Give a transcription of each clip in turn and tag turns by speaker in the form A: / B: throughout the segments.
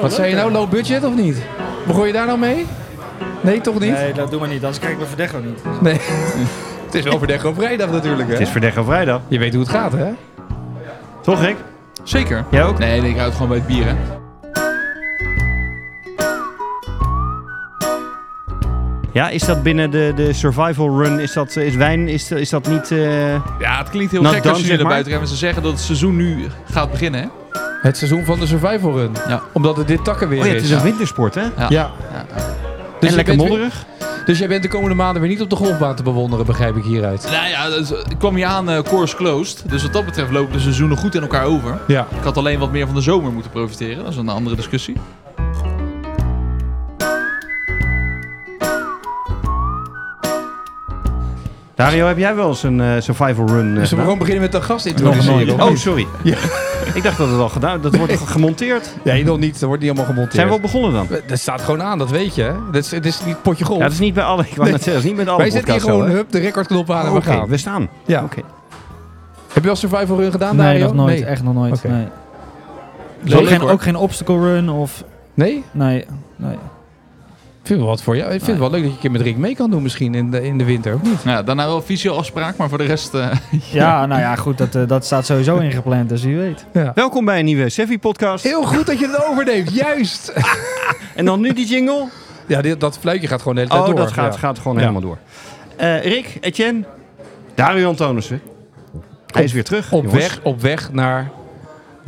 A: Wat zei je nou, low budget of niet? Begon je daar nou mee? Nee, toch niet?
B: Nee, dat doen we niet. Anders kijk ik me Verdecho niet.
A: Nee. het is wel verdek op vrijdag natuurlijk, hè?
C: Het is Verdeg op vrijdag.
A: Je weet hoe het gaat, hè?
C: Toch, Rick?
A: Zeker.
C: Jij ook?
A: Nee, ik houd gewoon bij het bier, hè?
C: Ja, is dat binnen de, de survival run, is dat is wijn, is, is dat niet... eh,
D: Ja, het klinkt heel
C: Nou,
D: gek
C: dan
D: als jullie
C: zeg
D: naar
C: maar.
D: buiten gaan en ze zeggen dat het seizoen nu gaat beginnen. Hè?
A: Het seizoen van de survival run.
D: Ja.
A: Omdat het dit takkenweer
C: Oh ja, het
A: is.
C: is een wintersport, hè?
D: Ja.
A: Ja.
D: Ja.
A: Dus
C: en
A: je
C: lekker
A: bent
C: modderig.
A: weer- dus jij bent de komende maanden weer niet op de golfbaan te bewonderen, begrijp ik hieruit.
D: Nou ja, dus, eh, ik kwam hier aan eh, course closed. Dus wat dat betreft lopen de seizoenen goed in elkaar over.
A: Ja.
D: Ik had alleen wat meer van de zomer moeten profiteren. Dat is een andere discussie.
C: Dario, heb jij wel eens een eh, survival run eh,
A: Dus we
C: gedaan?
A: gewoon beginnen met de gast
C: Nog
A: introduceren.
C: nooit.
A: of
C: Oh,
A: niet?
C: sorry.
A: Ja.
C: Ik dacht dat het al gedaan Dat wordt gemonteerd.
A: Nee, nog niet. Dat wordt niet allemaal gemonteerd.
C: Zijn we al begonnen dan?
A: Dat staat gewoon aan, dat weet je. hè? Dat is, het is niet potje golf.
C: Ja, dat is niet bij alle, ik wou net zeggen, dat is niet met alle
A: Wij zitten hier
C: podcasts
A: gewoon,
C: zo, hè?
A: hup, de recordknop aan en
C: Oké,
A: we gaan.
C: we staan.
A: Ja.
C: Oké.
A: Heb je al survival run gedaan,
B: Nee,
A: Dario?
B: nog nooit.
A: Nee.
B: Echt nog nooit.
A: Oké.
B: Nee. Dus
D: Leuk,
B: ook, geen,
D: hoor.
B: ook geen obstacle run of...
A: Nee?
B: Nee. nee.
A: Ik vind wel wat voor jou. Ik vind het wel leuk dat je een keer met Rick mee kan doen misschien in de, in de winter, of niet?
D: Nou, ja, daarna wel visio-afspraak, maar voor de rest... eh,
B: Ja, nou ja, goed. Dat, eh, dat staat sowieso ingepland, dus wie weet.
C: Welkom bij een nieuwe Sevi-podcast.
A: Heel goed dat je het overneemt, juist!
C: En dan nu die jingle.
A: Ja, dit, dat fluitje gaat gewoon de hele tijd
C: Oh,
A: door.
C: dat gaat,
A: Ja.
C: gaat gewoon
A: Ja.
C: helemaal door. Eh, Rick, Etienne, Dario Antonissen. Hij is weer terug.
A: Op
C: jongens.
A: weg, op weg naar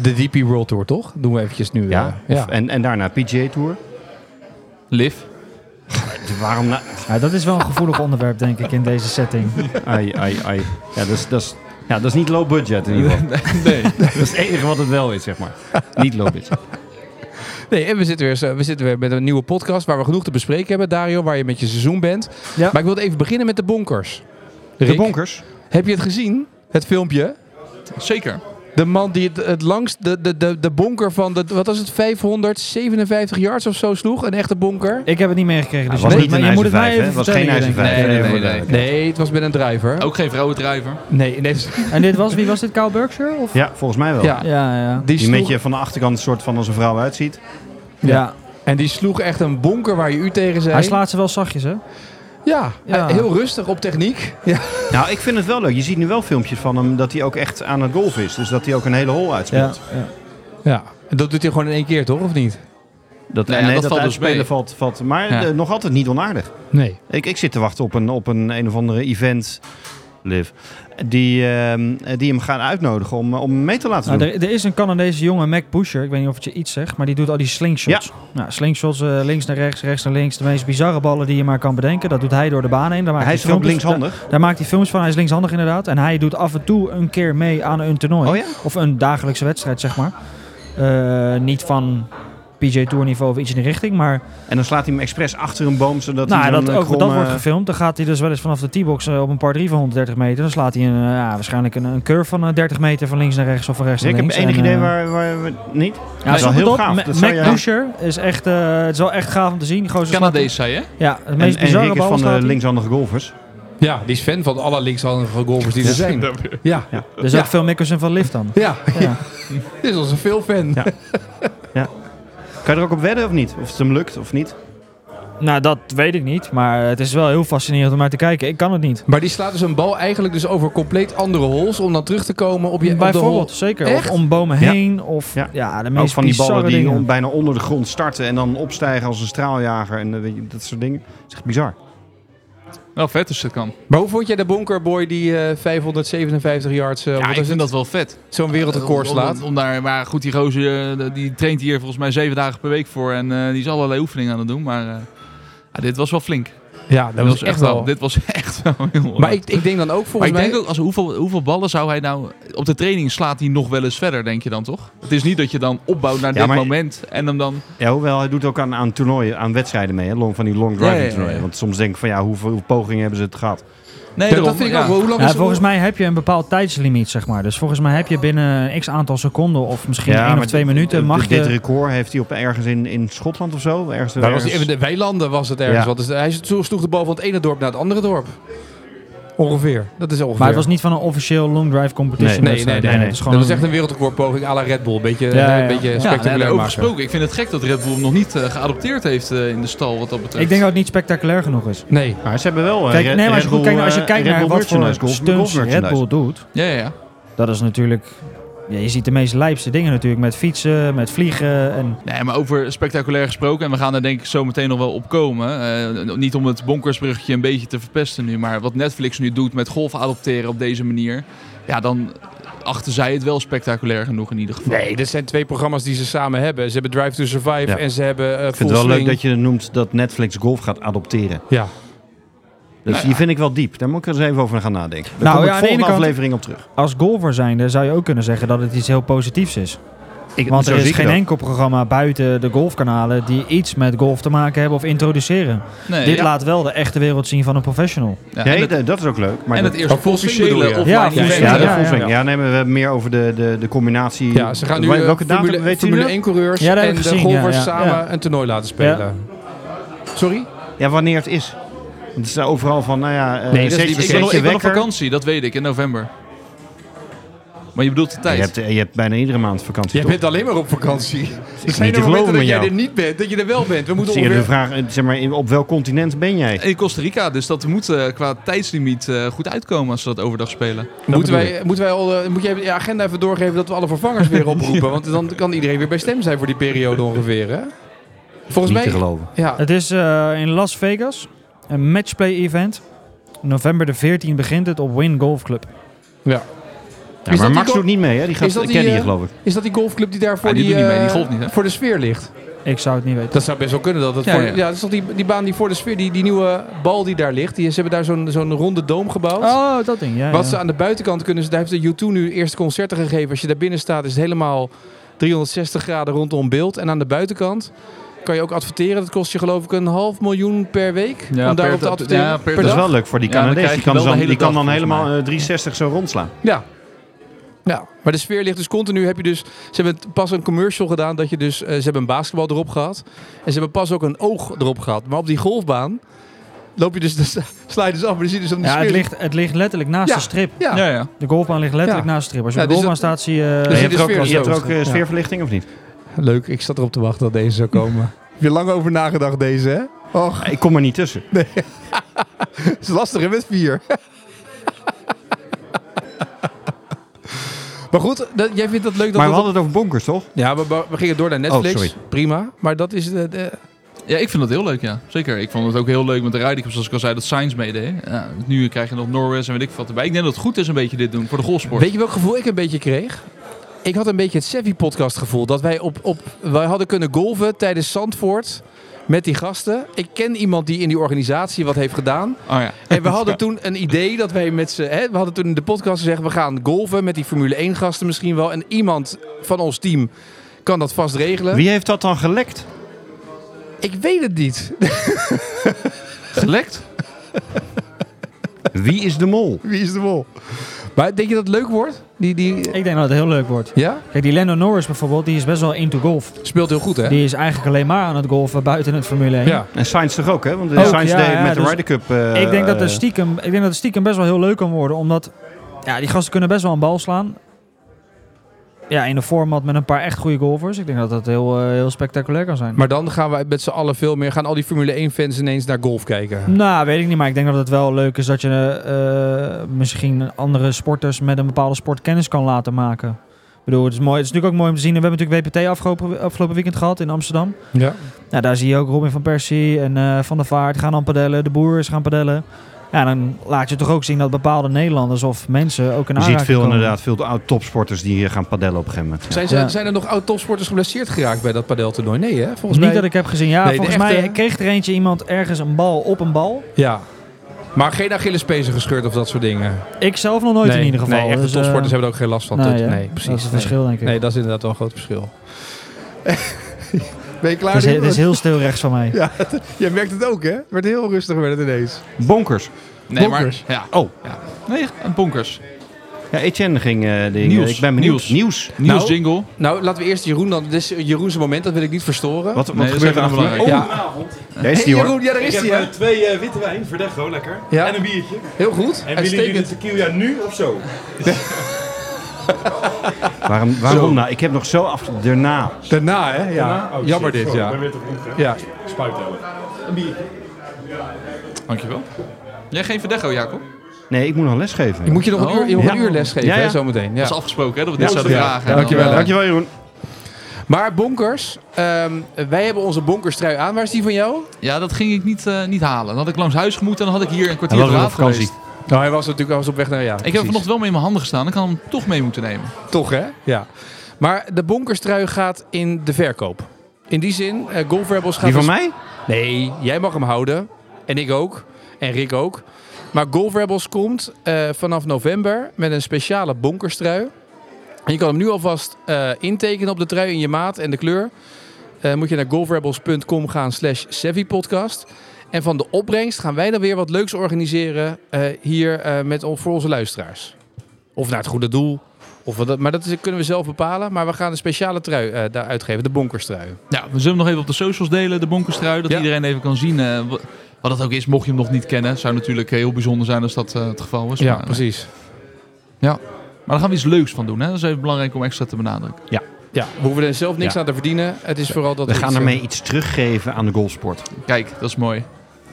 A: de DP World Tour, toch? Doen we eventjes nu.
C: Ja,
A: eh,
C: Of- En, en daarna PGA Tour.
D: Liv.
C: Waarom nou?
B: Ja, dat is wel een gevoelig onderwerp, denk ik, in deze setting.
C: Ai, ai, ai. Ja, dat is, dat is, ja, dat is niet low budget in ieder geval.
D: Nee.
C: dat is het enige wat het wel is, zeg maar. Niet low budget.
A: Nee, en we zitten, weer, eens, eh, we zitten weer met een nieuwe podcast waar we genoeg te bespreken hebben, Dario, waar je met je seizoen bent.
B: Ja.
A: Maar ik wilde even beginnen met de bonkers.
C: De
A: Rick,
C: bonkers.
A: heb je het gezien, het filmpje?
D: Zeker.
A: De man die het, het langst de, de, de, de bonker van de, wat was het, 557 yards of zo sloeg? Een echte bonker?
B: Ik heb het niet meegekregen, dus
C: was
B: je
C: niet
B: moet-
C: een
B: maar je moet
C: ijzer
B: het mij
C: vijf, hè? Was
B: even vertellen,
C: geen
B: denk ik.
C: ijzer
D: Nee, nee,
C: voor
D: nee.
C: de-
D: nee.
A: Nee, het was met een driver.
D: Ook geen vrouwendrijver.
A: Nee, nee dus-
B: En dit was, wie was dit, Kyle Berkshire? Of?
C: Ja, volgens mij wel.
A: ja,
B: Ja, ja.
A: die
C: Die een
A: sloeg,
C: beetje van de achterkant soort van als een vrouw uitziet.
B: ja.
A: en die sloeg echt een bonker waar je u tegen zei.
B: Hij slaat ze wel zachtjes, hè?
A: Ja,
B: Ja.
A: eh, heel rustig op techniek. Ja.
C: Nou, ik vind het wel leuk. Je ziet nu wel filmpjes van hem dat hij ook echt aan het golf is. Dus dat hij ook een hele hol uitspeelt.
B: ja.
A: ja. En dat doet hij gewoon in één keer, toch? Of niet?
C: Dat,
D: Nee,
C: nee,
D: dat
C: dat,
D: valt dus
C: uitspelen
D: mee.
C: valt, valt. Maar
D: Ja.
C: eh, nog altijd niet onaardig.
A: Nee.
C: Ik, ik zit te wachten op een, op een een of andere event, Liv, die, ehm, die hem gaan uitnodigen om, eh, om mee te laten
B: Nou,
C: doen.
B: er, er is een Canadese jongen, Mac Pusher. Ik weet niet of het je iets zegt, maar die doet al die slingshots. Nou, slingshots eh, links naar rechts, rechts naar links. De meest bizarre ballen die je maar kan bedenken. Dat doet hij door de baan heen. Daar maakt
C: Hij
B: hij
C: is ook
B: filmpjes-
C: linkshandig.
B: Daar, daar maakt hij films van. Hij is linkshandig inderdaad. En hij doet af en toe een keer mee aan een toernooi.
C: Oh ja?
B: Of een dagelijkse wedstrijd, zeg maar. Eh, niet van PJ Tour niveau of iets in die richting, maar
C: En dan slaat hij hem expres achter een boom, zodat hij
B: nou,
C: dan
B: dat,
C: eh,
B: ook,
C: krom,
B: dat
C: eh,
B: wordt gefilmd. Dan gaat hij dus wel eens vanaf de T-box eh, op een par 3 van 130 meter. Dan slaat hij een, eh, ja, waarschijnlijk een, een curve van eh, 30 meter van links naar rechts of van rechts
C: Ik
B: naar
C: heb
B: links.
C: enig
B: En,
C: idee
B: eh,
C: waar, waar we niet.
B: Ja,
C: dat is wel
B: zoek het
C: heel
B: op.
C: gaaf.
B: Ma-
C: Dat zou
B: Mac
C: je-
B: Busher is echt, eh, het is wel echt gaaf om te zien. Die gozer slaat-
D: Canadees, zei je?
B: Ja, het
C: En,
B: meest
C: en
B: bizarre
C: Rick is
B: bal
C: van
B: slaat
C: de
B: hij.
C: linkshandige golfers.
A: Ja, die is fan van alle linkshandige golfers die er zijn. Ja, ja.
B: Dus
A: Ja.
B: ook veel Mickelson van Lift dan.
A: ja.
B: Ja.
A: dit is onze veel fan.
C: Ja. Kan je er ook op wedden of niet? Of het hem lukt of niet?
B: nou, dat weet ik niet. Maar het is wel heel fascinerend om naar te kijken. Ik kan het niet.
A: Maar die slaat dus een bal eigenlijk dus over compleet andere holes om dan terug te komen op je op de
B: Bijvoorbeeld,
A: hole.
B: zeker.
A: Echt?
B: Of om bomen
C: Ja.
B: heen. Of ja,
C: Ja.
B: de
C: Ook
B: meest
C: van die ballen
B: bizarre
C: die
B: dingen.
C: on- bijna onder de grond starten en dan opstijgen als een straaljager en eh, weet je, dat soort dingen. Dat is echt bizar.
D: Wel vet als het kan.
A: Maar hoe vond jij de bonkerboy die eh, 557 yards, eh,
D: Ja,
A: wat is
D: ik vind
A: het,
D: dat wel vet.
A: zo'n wereldrecord
D: Om- om-
A: slaat?
D: Om, daar, maar goed, die gozer eh, die traint hier volgens mij zeven dagen per week voor. En eh, die is allerlei oefeningen aan het doen. Maar eh, ja, dit was wel flink.
A: Ja, dat
D: Dit was echt wel. Dit was echt wel heel
A: Maar ik, ik denk dan ook
D: Maar
A: volgens
D: ik
A: mij...
D: denk ook, als, hoeveel, hoeveel ballen zou hij nou... Op de training slaat hij nog wel eens verder, denk je dan toch? Het is niet dat je dan opbouwt naar
C: Ja,
D: dit
C: maar-
D: moment en hem dan...
C: Ja, hoewel hij doet ook aan, aan toernooien, aan wedstrijden mee, hè? Long, van die long driving
D: Ja, ja, ja, ja.
C: toernooien. Want soms denk ik van ja, hoeveel, hoeveel pogingen hebben ze het gehad?
D: Nee,
A: Ja, dat
D: daarom,
A: vind ik
D: ja.
A: ook wel. Hoe lang
B: Ja,
A: is het?
B: volgens mij heb je een bepaald tijdslimiet, zeg maar. Dus volgens mij heb je binnen een x aantal seconden of misschien
C: Ja,
B: één
C: maar
B: of twee
C: dit-
B: minuten
C: dit-
B: mag
C: dit
B: je...
C: record heeft hij op ergens in, in Schotland of zo. Ergens,
A: Daar was
C: ergens-
A: die, in de weilanden was het ergens.
C: Ja.
A: Want hij sloeg de bal van het ene dorp naar het andere dorp. Ongeveer. Dat is ongeveer.
B: Maar het was niet van een officieel long drive competition.
C: Nee,
B: wedstrijd.
A: nee,
C: nee,
B: Het is
A: dat
B: gewoon
A: is
B: een-
A: echt een wereldrecordpoging à la Red Bull. Beetje,
B: Ja, ja.
A: Een beetje
B: Ja,
A: spectaculair
D: ja, over
A: maken.
D: gesproken. Ik vind het gek dat Red Bull hem nog niet eh, geadopteerd heeft eh, in de stal wat dat betreft.
B: Ik denk dat het niet spectaculair genoeg is.
A: Nee.
C: Maar ze hebben wel. eh,
B: Kijk,
C: Red-
B: nee, maar als je,
C: Red
B: goed
C: Bull,
B: kijkt, als je
C: eh,
B: kijkt
C: Red
B: naar
C: Bull
B: wat voor
C: merchandise, golf- golf
B: stunts Red
C: merchandise.
B: Bull doet,
D: Ja, ja, ja.
B: dat is natuurlijk... Ja, je ziet de meest lijpste dingen natuurlijk met fietsen, met vliegen en...
D: Nee, maar over spectaculair gesproken. En we gaan daar denk ik zo meteen nog wel op komen. Eh, niet om het bonkersbruggetje een beetje te verpesten nu. Maar wat Netflix nu doet met golf adopteren op deze manier. Ja, dan achten zij het wel spectaculair genoeg in ieder geval.
A: Nee, dit zijn twee programma's die ze samen hebben. Ze hebben Drive to Survive
C: Ja.
A: en ze hebben eh,
C: Ik
A: Full
C: vind het wel leuk
A: Swing.
C: dat je noemt dat Netflix golf gaat adopteren.
A: Ja.
C: Dus
D: Nou
C: die vind ik wel diep. Daar moet ik er eens even over gaan nadenken. Daar
B: Nou,
C: kom
B: ja,
C: ik
B: aan de
C: volgende
B: ene kant-
C: aflevering op terug.
B: Als golfer zijnde zou je ook kunnen zeggen dat het iets heel positiefs is.
C: Ik,
B: Want
C: zo
B: er
C: zie
B: is
C: ik
B: geen
C: dat.
B: enkel programma buiten de golfkanalen die iets met golf te maken hebben of introduceren.
D: Nee,
B: Dit
D: ja.
B: laat wel de echte wereld zien van een professional.
D: Ja, en
C: Nee,
D: het-
C: dat, dat is ook leuk. Maar
D: en
C: dat-
D: het eerste
A: Oh, full swing
D: officiële
A: bedoel je?
D: offline
B: Ja, full
D: event.
B: swing,
C: Ja,
D: hè?
C: de
B: ja,
C: full
B: ja.
C: swing. Ja, nee, maar we hebben meer over de, de, de combinatie.
A: ja, ze gaan nu
C: Wel-
A: eh,
C: welke datum
A: Formule,
C: weet u
A: Formule
C: dat?
A: 1 coureurs
B: Ja, dat heb
A: en
B: ik
A: de
B: gezien, ja,
A: golfers
B: ja,
A: samen
B: ja.
A: een toernooi laten spelen. Sorry?
C: Ja, wanneer het is. Want Het is overal van, nou ja,
A: Nee,
C: eh,
A: dat is
C: zet
A: niet-
C: je,
D: Ik
C: zet
D: ben, nog-
C: je
D: ik ben op
C: wekker.
D: vakantie, dat weet ik, in november. Maar je bedoelt de tijd.
C: Je hebt, eh, je hebt bijna iedere maand vakantie.
A: Jij
C: toch?
A: bent alleen maar op vakantie. Er
C: niet
A: zijn
C: te
A: er momenten
C: geloven
A: dat
C: met
A: jij
C: jou.
A: er niet bent, dat je er wel bent. We moeten
C: Zie je de
A: ongeveer...
C: vraag, eh, zeg maar, in- op welk continent ben jij?
D: In Costa Rica, dus dat moet eh, qua tijdslimiet eh, goed uitkomen als ze dat overdag spelen.
A: Moeten
C: bedoel
A: wij, moeten wij al, eh, moet jij je agenda even doorgeven dat we alle vervangers weer oproepen? Want dan kan iedereen weer bij stem zijn voor die periode ongeveer, hè? Volgens
C: Niet te
A: mij...
C: geloven.
A: Ja,
B: Het is eh, in Las Vegas, een matchplay event. November de 14 begint het op Win Golf Club.
A: ja.
C: Ja,
A: Is dat
C: maar
A: die
C: Max
A: go-
C: doet niet mee, hè? Die gaat
A: Is dat die,
C: kennen je,
A: eh,
C: geloof ik.
A: Is dat die golfclub die daar voor,
D: Ah, die
A: die,
D: doet niet mee, die
A: eh,
D: golft niet, hè?
A: voor de sfeer ligt?
B: Ik zou het niet weten.
A: Dat zou best wel kunnen. Dat het
D: Ja,
A: voor,
D: ja.
A: ja. dat is toch die, die baan die voor de sfeer, die, die nieuwe bal die daar ligt. Die, ze hebben daar zo'n zo'n ronde doom gebouwd.
B: Oh, dat ding, ja.
A: Wat
B: ja.
A: ze aan de buitenkant kunnen, ze- daar heeft de U2 nu eerst concerten gegeven. Als je daar binnen staat, is het helemaal 360 graden rondom beeld. En aan de buitenkant kan je ook adverteren. Dat kost je geloof ik een half miljoen per week.
D: Ja,
A: om
D: per
A: daarop te
D: da-
A: adverteren.
D: ja, per
C: Dat is
A: dag.
C: wel leuk voor die
D: Ja, dan
C: Canadees.
D: krijg
C: die
D: je
C: kan,
D: wel
C: dan,
D: de hele
C: die kan dan
D: dag, volgens
C: helemaal
D: mij.
C: eh, 360 zo rondslaan.
A: Ja. Ja, maar de sfeer ligt dus continu. Heb je dus, ze hebben t- pas een commercial gedaan dat je dus, eh, ze hebben een basketbal erop gehad. En ze hebben pas ook een oog erop gehad. Maar op die golfbaan loop je dus, dan sla je dus af, maar dan zie je dus om die
B: ja,
A: sfeer.
B: het ligt, het ligt letterlijk naast
A: Ja.
B: de strip.
A: Ja.
D: Ja, ja.
B: De golfbaan ligt letterlijk
A: Ja.
B: naast de strip. Als je
A: Ja,
B: op de eh,
A: dus
B: golfbaan staat, zie je...
A: Dus
C: je
A: in
C: hebt
A: de
C: er ook,
A: sfeer is
C: je hebt er
A: het
C: ook
A: ook.
C: eh, sfeerverlichting of niet?
A: Leuk, ik zat erop te wachten dat deze zou komen. Heb je lang over nagedacht deze, hè? Och,
C: Ik kom er niet tussen.
A: het is lastig hè, met vier. maar goed, dat, jij vindt dat leuk dat
C: Maar
A: dat...
C: we
A: Oh,
C: hadden het over bonkers, toch?
A: Ja, we, we- we gingen door naar Netflix.
C: sorry.
A: Prima. Maar dat is... De, de-
D: Ja, ik vind dat heel leuk, ja. Zeker. Ik vond het ook heel leuk met de rijden, zoals ik al zei, dat Sainz meedeed. Ja, nu krijg je nog Norris en weet ik wat erbij. Ik denk dat het goed is een beetje dit doen voor de golfsport.
A: Weet je welk gevoel ik een beetje kreeg? Ik had een beetje het Sevi podcast gevoel. Dat wij op, op wij hadden kunnen golven tijdens Zandvoort met die gasten. Ik ken iemand die in die organisatie wat heeft gedaan.
D: Oh ja.
A: En we hadden toen een idee dat wij met z'n... hè, We hadden toen in de podcast gezegd, we gaan golven met die Formule 1 gasten misschien wel. En iemand van ons team kan dat vast regelen.
C: Wie heeft dat dan gelekt?
A: Ik weet het niet.
D: Gelekt?
C: Wie is de mol?
A: Wie is de mol? Maar denk je dat het leuk wordt? Die, die,
B: Ik denk dat het heel leuk wordt.
A: ja?
B: Kijk, die Lando Norris bijvoorbeeld, die is best wel into golf.
A: Speelt heel goed, hè?
B: Die is eigenlijk alleen maar aan het golfen buiten het Formule 1.
A: ja.
C: En Sainz toch ook, hè? Want de
B: Ook,
C: Sainz
B: ja,
C: deed
B: ja,
C: met de
B: dus
C: Ryder Cup... eh,
B: ik, denk dat
C: eh,
B: er stiekem, ik denk dat het stiekem best wel heel leuk kan worden. Omdat ja, die gasten kunnen best wel een bal slaan. Ja, in een format met een paar echt goede golfers. Ik denk dat dat heel, eh, heel spectaculair kan zijn.
A: Maar dan gaan wij met z'n allen veel meer... Gaan al die Formule 1 fans ineens naar golf kijken.
B: nou, weet ik niet. Maar ik denk dat het wel leuk is dat je eh, eh, misschien andere sporters met een bepaalde sport kennis kan laten maken. Ik bedoel, het is, mooi, het is natuurlijk ook mooi om te zien. We hebben natuurlijk WPT afgelopen, afgelopen weekend gehad in Amsterdam.
A: Ja.
B: Nou, daar zie je ook Robin van Persie en eh, Van der Vaart gaan dan padellen. De Boer is gaan padellen. Ja, dan laat je toch ook zien dat bepaalde Nederlanders of mensen ook een
C: Je ziet
B: aanraking
C: veel
B: komen.
C: inderdaad, veel oud topsporters die hier gaan padellen op een gegeven moment.
A: Zijn, ze,
B: Ja.
A: zijn er nog oud-topsporters geblesseerd geraakt bij dat padeltoernooi? Nee, hè? Volgens
B: Niet
A: mij...
B: dat ik heb gezien. Ja,
A: Nee, de
B: volgens
A: echte-
B: mij kreeg er eentje iemand ergens een bal op een bal.
A: Ja. Maar geen Achillespezen gescheurd of dat soort dingen.
B: Ik zelf nog nooit in ieder geval.
A: Nee, echte
B: Dus, eh,
A: topsporters hebben er ook geen last van.
B: nou
A: Dat-
B: ja,
A: nee,
B: dat
A: precies.
B: is het verschil,
A: nee.
B: denk ik.
A: Nee, dat is inderdaad wel een groot verschil. ben je klaar?
B: het, is,
A: nu?
B: het is heel stil rechts van mij.
A: Ja, jij merkt het ook, hè? Het werd heel rustig werd het ineens.
C: Bonkers.
D: Nee,
A: Bonkers.
D: maar... Ja.
C: Oh.
D: Ja. Nee, bonkers.
C: Ja, Etienne ging eh dingen.
D: Nieuws.
C: Ik ben benieuwd.
D: Nieuws. Nieuwsjingle.
A: Nou, laten we eerst Jeroen dan. Dit is Jeroen's moment, dat wil ik niet verstoren.
C: Wat, wat
D: Nee, dat is
C: gebeurt er
D: even
C: achter? Oh,
D: belangrijk.
A: Ja.
E: Goedenavond.
C: Daar is
A: Hey,
C: die hoor.
A: Jeroen, ja, daar
E: Ik
A: is
E: heb
A: hij.
E: eh,
A: hè?
E: twee eh, witte wijn, Verdecho, lekker.
A: Ja.
E: En een biertje.
A: Heel goed.
E: En willen jullie de
A: Uitstekend.
E: tequila nu of zo?
C: Waarom, waarom nou? Ik heb nog zo af... Daarna.
A: Daarna, hè? Ja.
E: Ah, oh,
A: Jammer
E: shit,
A: dit,
E: sorry,
A: ja.
E: Ik ben weer te vroeg, hè.
A: Ja.
E: Spuit hebben. Een biertje.
D: Dankjewel. Jij geen Verdecho, Jacob?
C: Nee, ik moet nog lesgeven.
A: Je moet je nog een
D: Oh.
A: uur, je nog een
C: Ja.
A: uur les geven,
C: Ja, ja.
A: hè, zometeen. Ja.
D: Dat is afgesproken, hè? Dat we dit zouden
A: Ja.
D: vragen.
A: Ja,
D: En dan,
A: dankjewel.
D: eh,
C: Dankjewel, Jeroen.
A: Maar bonkers, ehm, wij hebben onze bonkerstrui aan. Waar is die van jou?
D: Ja, dat ging ik niet, eh, niet halen. Dan had ik langs huis gemoet en dan had ik hier een
C: Hij
D: kwartier
C: was
D: te
C: weer op
D: laat
C: vakantie.
D: geweest.
A: Nou, hij was natuurlijk al eens op weg naar ja.
D: Ik heb hem vanochtend wel mee in mijn handen gestaan. Ik had hem toch mee moeten nemen.
A: Toch, hè? Ja. Maar de bonkerstrui gaat in de verkoop. In die zin, eh Golf Rebels gaat...
C: Die van
A: als-
C: mij?
A: Nee, jij mag hem houden. En ik ook. En Rick ook. Maar Golf Rebels komt eh, vanaf november met een speciale bonkerstrui. En je kan hem nu alvast eh, intekenen op de trui in je maat en de kleur. Eh, moet je naar golfrebels.com gaan slash Podcast. En van de opbrengst gaan wij dan weer wat leuks organiseren eh, hier eh, met, voor onze luisteraars. Of naar het goede doel. Of wat, dat- maar dat is- kunnen we zelf bepalen. Maar we gaan een speciale trui eh, daar uitgeven, de bonkerstrui.
D: Ja, we zullen hem nog even op de socials delen, de bonkerstrui. Dat
A: Ja.
D: iedereen even kan zien eh, wa- wat dat ook is. Mocht je hem nog niet kennen. Het zou natuurlijk heel bijzonder zijn als dat eh, het geval was.
A: Ja,
D: maar,
A: precies.
D: maar daar gaan we iets leuks van doen. Hè? Dat is even belangrijk om extra te benadrukken.
A: Ja, we hoeven er zelf niks
C: Ja.
A: aan te verdienen. Het is vooral dat
C: We
A: het,
C: gaan
A: eh,
C: ermee iets teruggeven aan de golfsport.
D: Kijk, dat is mooi.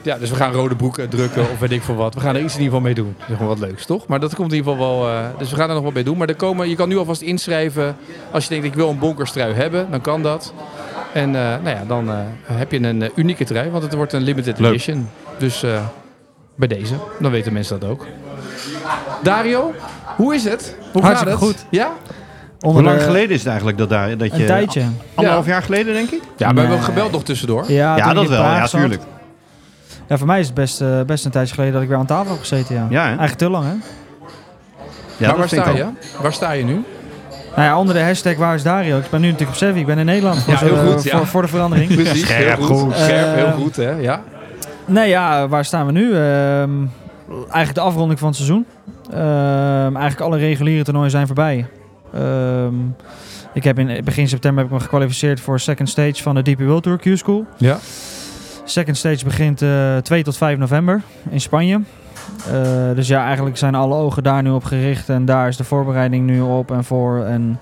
A: Ja, dus we gaan rode broeken drukken of weet ik veel wat. We gaan er iets in ieder geval mee doen. Dat is gewoon wat leuks, toch? Maar dat komt in ieder geval wel. eh, dus we gaan er nog wat mee doen. Maar er komen, je kan nu alvast inschrijven. Als je denkt, ik wil een bonkerstrui hebben, dan kan dat. En eh, nou ja, dan eh, heb je een eh, unieke trui, want het wordt een limited
C: Leuk.
A: edition. Dus eh, bij deze, dan weten mensen dat ook. Dario, hoe is het? Hoe gaat
B: Hartstikke
A: het?
B: goed.
A: Ja?
B: Onder
C: Hoe lang
B: de-
C: geleden is het eigenlijk dat, daar, dat je...
B: Een tijdje.
C: Anderhalf jaar geleden, denk ik?
A: Ja, maar we hebben
B: Nee.
A: gebeld nog tussendoor.
B: Ja, toen
C: Ja,
B: ik
C: dat
B: in
C: wel.
B: Praag
C: Ja,
B: zat.
C: tuurlijk.
B: Ja, voor mij is het best, eh, best een tijdje geleden dat ik weer aan tafel heb gezeten, ja.
C: Ja, hè?
B: Eigenlijk te lang, hè?
C: Ja,
A: maar
C: dat
A: waar
C: vind ik
A: sta
C: ook.
A: je? Waar sta je nu?
B: Nou ja, onder de hashtag waar is Dario? Ik ben nu natuurlijk op Sevi, ik ben in Nederland voor,
A: Ja, heel
B: zo-
A: goed, ja.
B: voor, voor de verandering.
A: Precies,
C: Scherp,
A: heel goed.
C: goed.
A: Scherp,
B: Eh,
A: heel goed, hè? Ja.
B: nee, ja, waar staan we nu? Ehm, eigenlijk de afronding van het seizoen. Ehm, eigenlijk alle reguliere toernooien zijn voorbij. Ehm, ik heb in begin september heb ik me gekwalificeerd voor second stage van de DP World Tour Q-School.
A: Ja.
B: Second stage begint eh, 2 tot 5 november in Spanje. Eh, dus ja, eigenlijk zijn alle ogen daar nu op gericht. En daar is de voorbereiding nu op en voor. En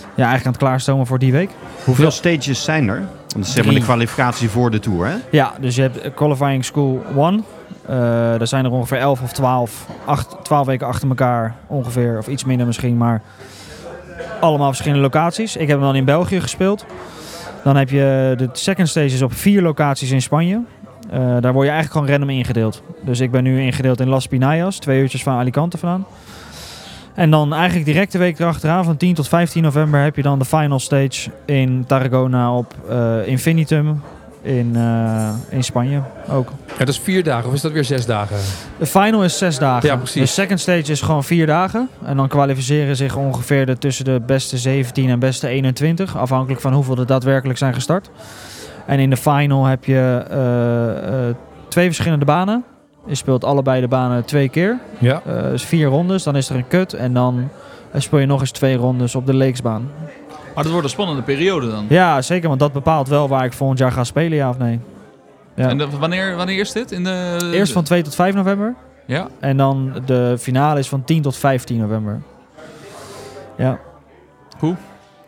B: ja, eigenlijk aan het klaarstomen voor die week.
C: Hoeveel stages zijn er? Want dat is zeg maar de
B: Drie.
C: kwalificatie voor de Tour, hè?
B: Ja, dus je hebt Qualifying School 1. Eh daar zijn er ongeveer 11 of 12. Acht, 12 weken achter elkaar ongeveer. Of iets minder misschien, maar allemaal verschillende locaties. Ik heb hem dan in België gespeeld. Dan heb je de second stages op vier locaties in Spanje. Eh, daar word je eigenlijk gewoon random ingedeeld. Dus ik ben nu ingedeeld in Las Pinayas, twee uurtjes van Alicante vandaan. En dan eigenlijk direct de week erachteraan, van 10 tot 15 november, heb je dan de final stage in Tarragona op eh, Infinitum in, eh, in Spanje ook.
A: Ja, dat is vier dagen of is dat weer zes dagen?
B: De final is zes dagen.
A: Ja, precies.
B: De second stage is gewoon vier dagen. En dan kwalificeren zich ongeveer de, tussen de beste 17 en beste 21. Afhankelijk van hoeveel er daadwerkelijk zijn gestart. En in de final heb je eh, eh, twee verschillende banen. Je speelt allebei de banen twee keer.
A: Ja.
B: Eh, dus vier rondes. Dan is er een cut. En dan eh, speel je nog eens twee rondes op de Lakesbaan.
D: Maar dat wordt een spannende periode dan.
B: Ja, zeker. Want dat bepaalt wel waar ik volgend jaar ga spelen, ja of nee. Ja.
D: En de- wanneer, wanneer is dit? In de,
B: Eerst van 2 tot 5 november.
D: Ja.
B: En dan de finale is van 10 tot 15 november. Ja.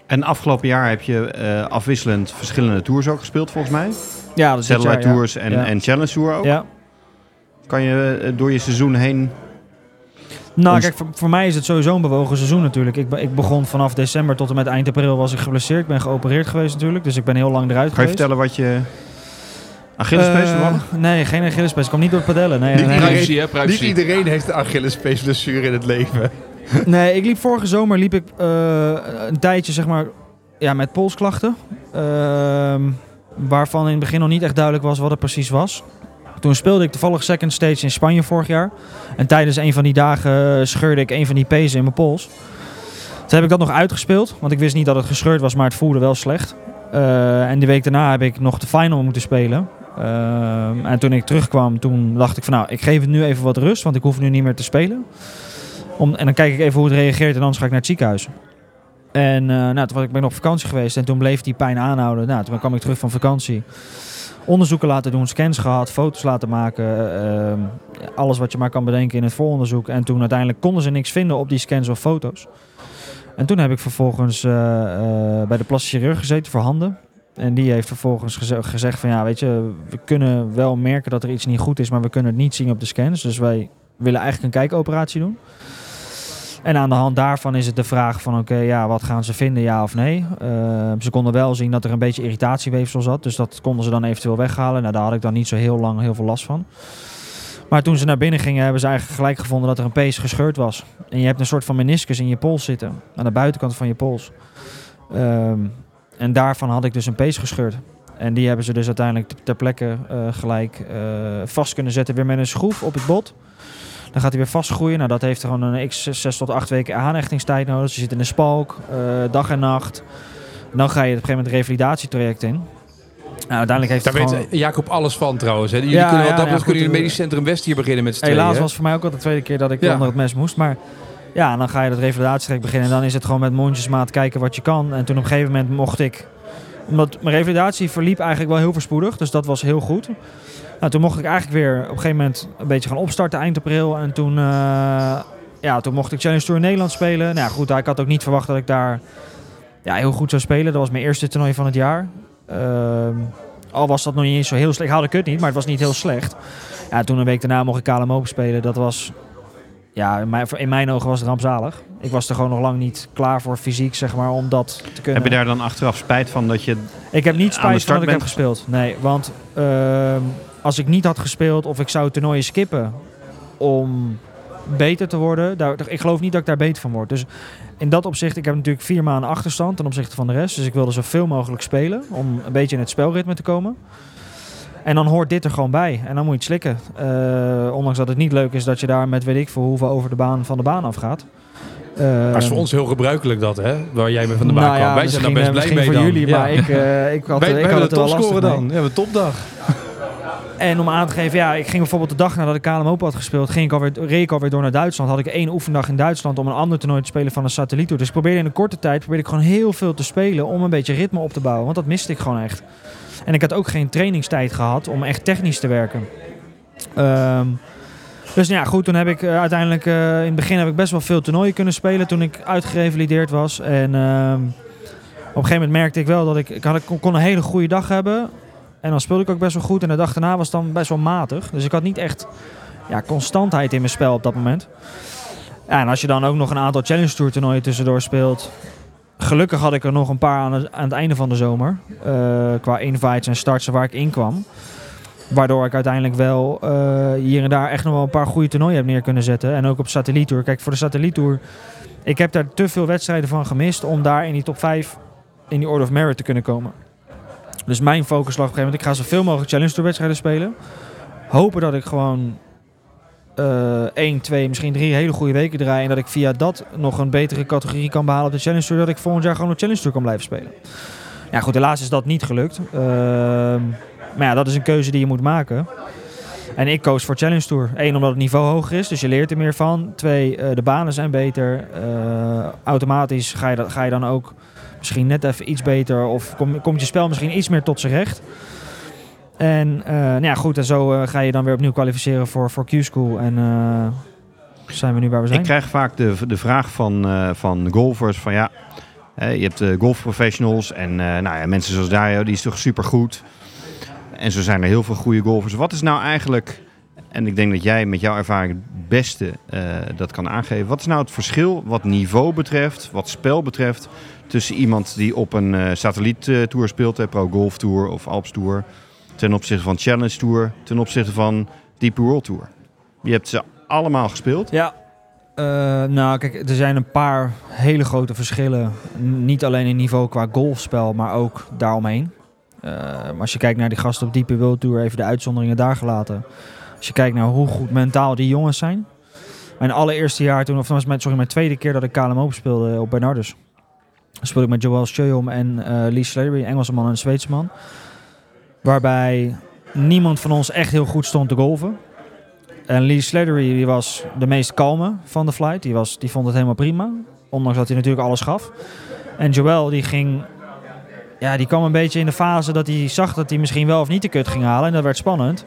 C: En afgelopen jaar heb je eh, afwisselend verschillende tours ook gespeeld, volgens mij.
B: Ja, dat is dit
C: Satellite
B: jaar, ja.
C: Tours en,
B: Ja.
C: en Challenge Tour ook.
B: Ja.
C: Kan je eh, door je seizoen heen...
B: Nou,
C: Ons-
B: kijk, voor, voor mij is het sowieso een bewogen seizoen natuurlijk. Ik, be- ik begon vanaf december tot en met eind april was ik geblesseerd. Ik ben geopereerd geweest natuurlijk, dus ik ben heel lang eruit
C: Ga je
B: geweest.
C: vertellen wat je... Achillespees
B: Eh,
C: toevallig?
B: Nee, geen Achillespees. Ik kwam niet door het padellen. Nee, nee, nee.
D: Privacy, hè? Privacy.
A: iedereen heeft een Achillespees blessure in het leven.
B: Nee, ik liep vorige zomer liep ik eh, een tijdje zeg maar ja, met polsklachten. Ehm, waarvan in het begin nog niet echt duidelijk was wat het precies was. Toen speelde ik toevallig second stage in Spanje vorig jaar. En tijdens een van die dagen eh, scheurde ik een van die pezen in mijn pols. Toen heb ik dat nog uitgespeeld, want ik wist niet dat het gescheurd was, maar het voelde wel slecht. Eh, en die week daarna heb ik nog de final moeten spelen. Ehm, en toen ik terugkwam, toen dacht ik van nou, ik geef het nu even wat rust, want ik hoef nu niet meer te spelen. Om, en dan kijk ik even hoe het reageert en anders ga ik naar het ziekenhuis. En eh, nou, toen was ik ben ik op vakantie geweest en toen bleef die pijn aanhouden. Nou, toen kwam ik terug van vakantie. Onderzoeken laten doen, scans gehad, foto's laten maken. eh, alles wat je maar kan bedenken in het vooronderzoek. En toen uiteindelijk konden ze niks vinden op die scans of foto's. En toen heb ik vervolgens eh, eh, bij de plastic chirurg gezeten voor handen. En die heeft vervolgens geze- gezegd van ja, weet je, we kunnen wel merken dat er iets niet goed is, maar we kunnen het niet zien op de scans. Dus wij willen eigenlijk een kijkoperatie doen. En aan de hand daarvan is het de vraag van oké, ja, wat gaan ze vinden, ja of nee. Eh, ze konden wel zien dat er een beetje irritatieweefsel zat, dus dat konden ze dan eventueel weghalen. Nou, daar had ik dan niet zo heel lang heel veel last van. Maar toen ze naar binnen gingen, hebben ze eigenlijk gelijk gevonden dat er een pees gescheurd was. En je hebt een soort van meniscus in je pols zitten, aan de buitenkant van je pols. Ehm, en daarvan had ik dus een pees gescheurd. En die hebben ze dus uiteindelijk ter- ter plekke eh, gelijk eh, vast kunnen zetten, weer met een schroef op het bot. Dan gaat hij weer vastgroeien. Nou, dat heeft gewoon een x 6 tot 8 weken aanhechtingstijd nodig. Dus je zit in een spalk, eh, dag en nacht. En dan ga je op een gegeven moment een revalidatietraject in. Nou, uiteindelijk heeft
A: Daar
B: het
A: weet
B: gewoon...
A: Jacob alles van trouwens. Hè? Jullie
B: Ja,
A: kunnen, wat
B: ja,
A: dat
B: ja,
A: betreft
B: goed,
A: kunnen jullie
B: eh,
A: Medisch Centrum West hier beginnen met z'n tweeën.
B: Helaas
A: hè?
B: was het voor mij ook al de tweede keer dat ik
A: Ja.
B: onder het mes moest. Maar ja, dan ga je dat revalidatietraject beginnen. En dan is het gewoon met mondjesmaat kijken wat je kan. En toen op een gegeven moment mocht ik... Omdat mijn revalidatie verliep eigenlijk wel heel voorspoedig. Dus dat was heel goed. Nou, toen mocht ik eigenlijk weer op een gegeven moment een beetje gaan opstarten eind april. En toen, eh, ja, toen mocht ik Challenge Tour Nederland spelen. Nou ja, goed, ik had ook niet verwacht dat ik daar ja, heel goed zou spelen. Dat was mijn eerste toernooi van het jaar. Ehm, al was dat nog niet eens zo heel slecht. Ik haalde kut niet, maar het was niet heel slecht. Ja, toen een week daarna mocht ik KLM Open spelen. Dat was, ja, in mijn, in mijn ogen was het rampzalig. Ik was er gewoon nog lang niet klaar voor fysiek, zeg maar, om dat te kunnen.
C: Heb je daar dan achteraf spijt van dat je...
B: Ik heb niet
C: aan
B: spijt
C: de
B: van
C: start
B: dat ik
C: bent
B: heb gespeeld. Nee, want ehm, als ik niet had gespeeld of ik zou toernooien skippen om beter te worden, daar, ik geloof niet dat ik daar beter van word. Dus in dat opzicht, ik heb natuurlijk vier maanden achterstand ten opzichte van de rest. Dus ik wilde zoveel mogelijk spelen om een beetje in het spelritme te komen. En dan hoort dit er gewoon bij. En dan moet je het slikken. Eh, ondanks dat het niet leuk is dat je daar met weet ik voor hoeveel over de baan van de baan afgaat. Ehm,
A: Maar
B: gaat.
A: is voor ons heel gebruikelijk dat, hè? Waar jij mee van de baan
B: eh, Nou ja,
A: kwam. Wij zijn daar best
B: misschien,
A: blij
B: eh,
A: mee dan.
B: misschien voor jullie,
A: Ja.
B: maar ik, eh, ik had,
A: wij, wij
B: ik had
A: hebben
B: het
A: de
B: er wel lastig
A: topscorer
B: mee.
A: dan. Ja, we hebben topdag.
B: En om aan te geven, ja, ik ging bijvoorbeeld de dag nadat ik KLM Open had gespeeld, ging ik alweer, reed ik alweer door naar Duitsland. Had ik één oefendag in Duitsland om een ander toernooi te spelen van een satelliet. Dus ik probeerde in een korte tijd probeerde ik gewoon heel veel te spelen om een beetje ritme op te bouwen. Want dat miste ik gewoon echt. En ik had ook geen trainingstijd gehad om echt technisch te werken. Ehm, dus nou ja, goed, toen heb ik eh, uiteindelijk, eh, in het begin heb ik best wel veel toernooien kunnen spelen toen ik uitgerevalideerd was. En ehm, op een gegeven moment merkte ik wel dat ik, ik had, ik kon een hele goede dag hebben. En dan speelde ik ook best wel goed. En de dag daarna was het dan best wel matig. Dus ik had niet echt ja, constantheid in mijn spel op dat moment. Ja, en als je dan ook nog een aantal Challenge Tour toernooien tussendoor speelt. Gelukkig had ik er nog een paar aan het, aan het einde van de zomer. eh, qua invites en starts waar ik in kwam. Waardoor ik uiteindelijk wel eh, hier en daar echt nog wel een paar goede toernooien heb neer kunnen zetten. En ook op satelliettour. Kijk, voor de satelliettour. Ik heb daar te veel wedstrijden van gemist om daar in die top 5 in die Order of Merit te kunnen komen. Dus mijn focus lag op een gegeven moment, ik ga zoveel mogelijk Challenge Tour wedstrijden spelen. Hopen dat ik gewoon eh 1, 2, misschien drie hele goede weken draai. En dat ik via dat nog een betere categorie kan behalen op de Challenge Tour. Dat ik volgend jaar gewoon op Challenge Tour kan blijven spelen. Ja goed, helaas is dat niet gelukt. Ehm, maar ja, dat is een keuze die je moet maken. En ik koos voor Challenge Tour. Eén, omdat het niveau hoger is, dus je leert er meer van. Twee, eh, de banen zijn beter. Eh, automatisch ga je, dat, ga je dan ook misschien net even iets beter. Of kom- komt je spel misschien iets meer tot zijn recht. En eh, nou ja, goed, en zo eh, ga je dan weer opnieuw kwalificeren voor, voor Q-School. En eh, zijn we nu waar we zijn.
C: Ik krijg vaak de, de vraag van, eh, van golfers van ja, hè, je hebt de golfprofessionals en eh, nou ja, mensen zoals Dario, die is toch supergoed. En zo zijn er heel veel goede golfers. Wat is nou eigenlijk, en ik denk dat jij met jouw ervaring het beste eh, dat kan aangeven. Wat is nou het verschil wat niveau betreft, wat spel betreft, tussen iemand die op een eh satelliettour speelt, hè, Pro Golf Tour of Alps Tour, ten opzichte van Challenge Tour, ten opzichte van Deep World Tour? Je hebt ze allemaal gespeeld.
B: Ja. Eh, nou, kijk, er zijn een paar hele grote verschillen. N- Niet alleen in niveau qua golfspel, maar ook daaromheen. Eh, maar als je kijkt naar die gasten op Diepe World Tour, even de uitzonderingen daar gelaten. Als je kijkt naar hoe goed mentaal die jongens zijn. Mijn allereerste jaar toen, of dat was mijn, sorry, mijn tweede keer dat ik KLM Open speelde op Bernardus. Dan speelde ik met Joel Sjöholm en eh Lee Slattery, een Engelse man en een Zweedse man. Waarbij niemand van ons echt heel goed stond te golven. Eh, En Lee Slattery die was de meest kalme van de flight. Die, was, die vond het helemaal prima. Ondanks dat hij natuurlijk alles gaf. En Joel die ging... Ja, die kwam een beetje in de fase dat hij zag dat hij misschien wel of niet de kut ging halen. En dat werd spannend.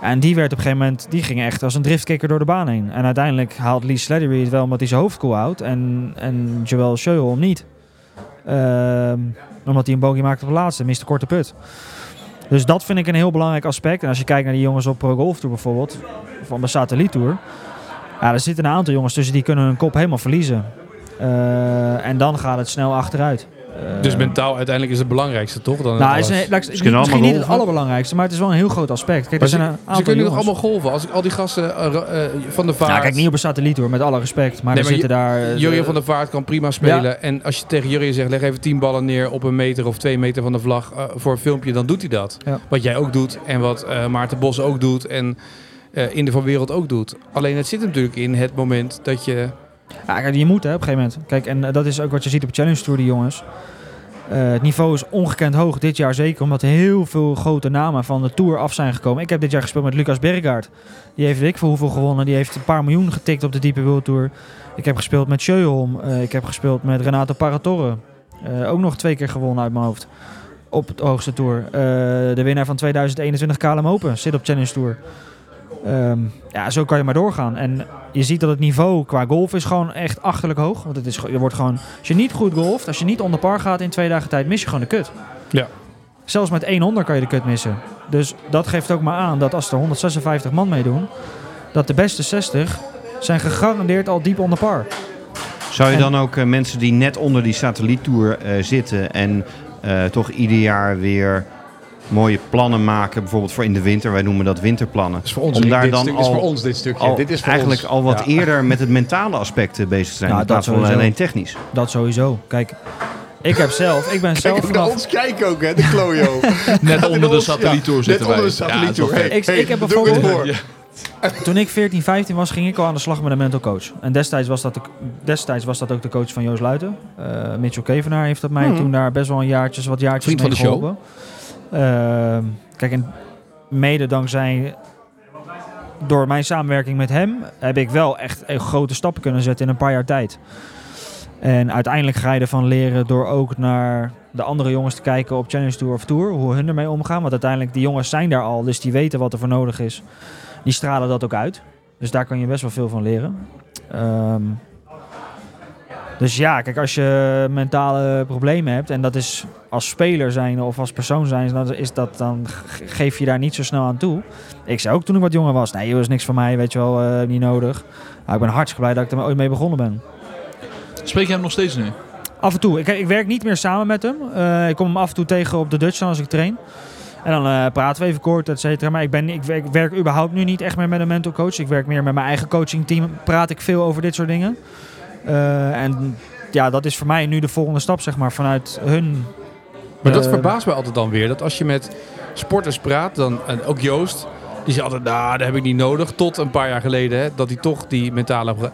B: En die werd op een gegeven moment... Die ging echt als een driftkicker door de baan heen. En uiteindelijk haalt Lee Slattery het wel omdat hij zijn hoofd koel houdt. En, en Joel Scheuel hem niet. Ehm, omdat hij een bogey maakte op de laatste. Miste korte put. Dus dat vind ik een heel belangrijk aspect. En als je kijkt naar die jongens op Pro Golf Tour bijvoorbeeld, van de satelliettour. Ja, er zitten een aantal jongens tussen die kunnen hun kop helemaal verliezen. Eh, en dan gaat het snel achteruit. Eh,
A: Dus mentaal uiteindelijk is het belangrijkste, toch? Dan
B: nou,
A: eh, alles.
B: is een- laat ik-
C: kunnen
B: misschien
C: allemaal
B: niet het
C: golven.
B: allerbelangrijkste, maar het is wel een heel groot aspect. Kijk, er
A: Maar
B: zijn
A: ze,
B: een
A: ze
B: aantal
A: kunnen toch
B: jongens-
A: allemaal golven? Als ik al die gasten eh, ro- eh, van de vaart...
B: Nou, kijk, niet op een satelliettour, met alle respect. Maar
A: Nee,
B: er
A: maar
B: zitten daar... eh,
A: Jurjen
B: de-
A: van der Vaart kan prima spelen. En als je tegen Jurjen zegt, leg even tien ballen neer op een meter of twee meter van de vlag eh, voor een filmpje, dan doet hij dat.
B: Ja.
A: Wat jij ook doet en wat eh, Maarten Bos ook doet en eh, Inde van Wereld ook doet. Alleen het zit natuurlijk in het moment dat je...
B: Ja, kijk, je moet hè, op een gegeven moment. Kijk, en eh, dat is ook wat je ziet op Challenge Tour, die jongens. Eh, het niveau is ongekend hoog dit jaar zeker, omdat heel veel grote namen van de Tour af zijn gekomen. Ik heb dit jaar gespeeld met Lucas Bergaard. Die heeft weet ik voor hoeveel gewonnen. Die heeft een paar miljoen getikt op de diepe World Tour. Ik heb gespeeld met Sjöholm. Eh, ik heb gespeeld met Renato Paratorre. Eh, ook nog twee keer gewonnen uit mijn hoofd. Op het hoogste Tour. Eh, de winnaar van 2021 KLM Open zit op Challenge Tour. Ehm, ja, zo kan je maar doorgaan. En je ziet dat het niveau qua golf is gewoon echt achterlijk hoog. Want het is, ge- je wordt gewoon, als je niet goed golft, als je niet onder par gaat in twee dagen tijd, mis je gewoon de kut.
A: Ja.
B: Zelfs met één onder kan je de kut missen. Dus dat geeft ook maar aan dat als er 156 man meedoen, dat de beste 60 zijn gegarandeerd al diep onder par.
C: Zou je
B: En-
C: dan ook eh, mensen die net onder die satelliettour eh, zitten en eh, toch ieder jaar weer mooie plannen maken, bijvoorbeeld voor in de winter, wij noemen dat winterplannen.
F: is voor ons.
C: Om daar
F: dit
C: dan
F: stuk, is
C: al-
F: voor ons dit stukje.
C: Al
F: dit is voor
C: eigenlijk
F: ons.
C: al wat
F: Ja.
C: eerder met het mentale aspect eh, bezig te zijn,
B: Ja,
C: in
B: Nou, dat
C: plaats van
B: sowieso.
C: alleen technisch.
B: Dat sowieso. Kijk, ik heb zelf, ik ben
F: Kijk
B: zelf
F: even naar
B: vanaf...
F: ons kijken ook, hè, de klojo.
D: Net
F: In
D: onder de
F: ons-
D: satelliettour
F: ja,
D: zitten wij.
F: Net onder de satelliettour.
D: Ja,
F: Hey,
D: dat is wel
B: Ik-
F: hey,
B: ik heb
F: doe
B: bijvoorbeeld-
F: het
D: vet.
F: voor.
D: Ja.
B: Toen ik 14, 15 was, ging ik al aan de slag met een mental coach. En destijds was dat, de, destijds was dat ook de coach van Joost Luiten. Eh Mitchell Kevenaar heeft dat mij toen daar best wel een jaartjes, wat jaartjes
A: Hmm. Vriend van
B: mee
A: de show.
B: geholpen. Ehm, kijk, en mede dankzij... Door mijn samenwerking met hem heb ik wel echt eh, grote stappen kunnen zetten in een paar jaar tijd. En uiteindelijk ga je ervan leren door ook naar de andere jongens te kijken op Challenge Tour of Tour. Hoe hun ermee omgaan. Want uiteindelijk, die jongens zijn daar al. Dus die weten wat er voor nodig is. Die stralen dat ook uit. Dus daar kan je best wel veel van leren. Ehm, dus ja, kijk, als je mentale problemen hebt. En dat is als speler zijn of als persoon zijn. Dan, is dat, dan ge- geef je daar niet zo snel aan toe. Ik zei ook toen ik wat jonger was. Nee, joh, is niks van mij. Weet je wel, eh, niet nodig. Nou, ik ben hartstikke blij dat ik er ooit mee begonnen ben.
D: Spreek je hem nog steeds nu?
B: Af en toe. Ik, ik werk niet meer samen met hem. Eh, ik kom hem af en toe tegen op de Dutch als ik train. En dan eh, praten we even kort, et cetera. Maar ik, ben, ik, werk, ik werk überhaupt nu niet echt meer met een mental coach. Ik werk meer met mijn eigen coachingteam. Praat ik veel over dit soort dingen. Eh, en ja, dat is voor mij nu de volgende stap, zeg maar, vanuit hun.
A: Maar dat
B: Eh,
A: verbaast mij altijd dan weer. Dat als je met sporters praat, dan, en ook Joost, die zei altijd, nou, dat heb ik niet nodig. Tot een paar jaar geleden, hè, dat hij toch die mentale... pro-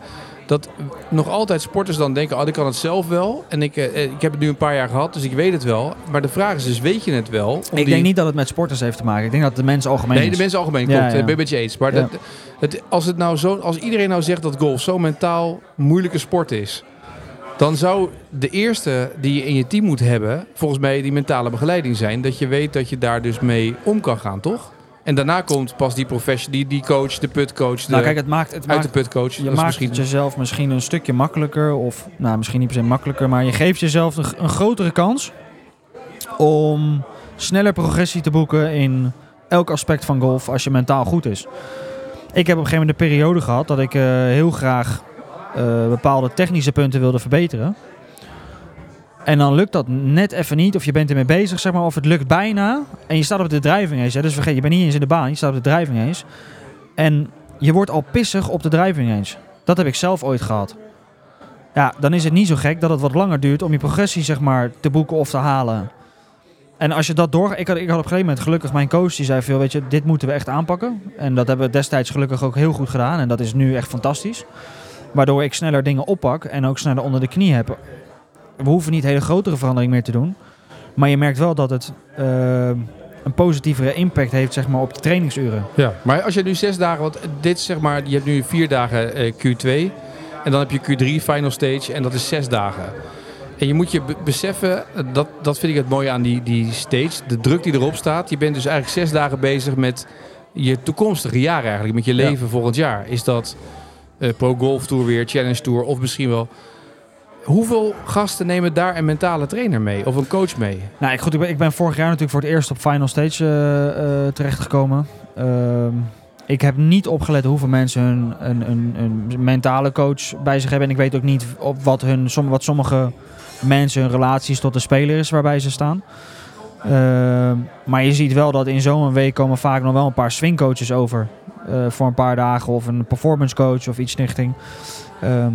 A: Dat nog altijd sporters dan denken, oh, ik kan het zelf wel. En ik, eh, ik heb het nu een paar jaar gehad, dus ik weet het wel. Maar de vraag is dus, weet je het wel? Om
B: ik
A: die-
B: denk niet dat het met sporters heeft te maken. Ik denk dat de mensen algemeen.
A: Nee, de
B: is.
A: mensen algemeen,
B: Ja,
A: klopt.
B: ja.
A: Ik ben met je eens. Maar
B: Ja.
A: dat, het, als, het nou zo, als iedereen nou zegt dat golf zo'n mentaal moeilijke sport is... dan zou de eerste die je in je team moet hebben... volgens mij die mentale begeleiding zijn. Dat je weet dat je daar dus mee om kan gaan, toch? En daarna komt pas die profession, die, die coach, de putcoach... De,
B: Nou, kijk, het maakt. Het
A: uit de
B: maakt
A: putcoach.
B: je
A: Dat is
B: maakt
A: misschien...
B: het jezelf misschien een stukje makkelijker. Of nou, misschien niet per se makkelijker. Maar je geeft jezelf een, g- een grotere kans om sneller progressie te boeken in elk aspect van golf als je mentaal goed is. Ik heb op een gegeven moment een periode gehad dat ik eh, heel graag eh, bepaalde technische punten wilde verbeteren. En dan lukt dat net even niet, of je bent ermee bezig, zeg maar, of het lukt bijna. En je staat op de driving range, hè, dus vergeet, je bent niet eens in de baan, je staat op de driving range. En je wordt al pissig op de driving range. Dat heb ik zelf ooit gehad. Ja, dan is het niet zo gek dat het wat langer duurt om je progressie zeg maar, te boeken of te halen. En als je dat door... Ik had, ik had op een gegeven moment gelukkig mijn coach die zei veel, weet je, dit moeten we echt aanpakken. En dat hebben we destijds gelukkig ook heel goed gedaan. En dat is nu echt fantastisch. Waardoor ik sneller dingen oppak en ook sneller onder de knie heb. We hoeven niet hele grotere verandering meer te doen. Maar je merkt wel dat het eh, een positievere impact heeft zeg maar, op de trainingsuren.
A: Ja. Maar als je nu zes dagen, want dit is zeg maar, je hebt nu vier dagen eh, Q2 en dan heb je Q3 final stage en dat is zes dagen. En je moet je be- beseffen, eh, dat, dat vind ik het mooie aan die, die stage, de druk die erop staat. Je bent dus eigenlijk zes dagen bezig met je toekomstige jaar eigenlijk, met je
B: Ja.
A: leven volgend jaar. Is dat eh, Pro Golf Tour weer, Challenge Tour of misschien wel... Hoeveel gasten nemen daar een mentale trainer mee of een coach mee?
B: Nou, ik, goed, ik, ben, ik ben vorig jaar natuurlijk voor het eerst op Final Stage eh, eh, terechtgekomen. Ehm, ik heb niet opgelet hoeveel mensen hun, een, een, een mentale coach bij zich hebben. En ik weet ook niet op wat, hun, som, wat sommige mensen hun relaties tot de speler is waarbij ze staan. Ehm, maar je ziet wel dat in zo'n week komen vaak nog wel een paar swingcoaches over. eh, voor een paar dagen of een performance coach of iets in die richting. Ehm,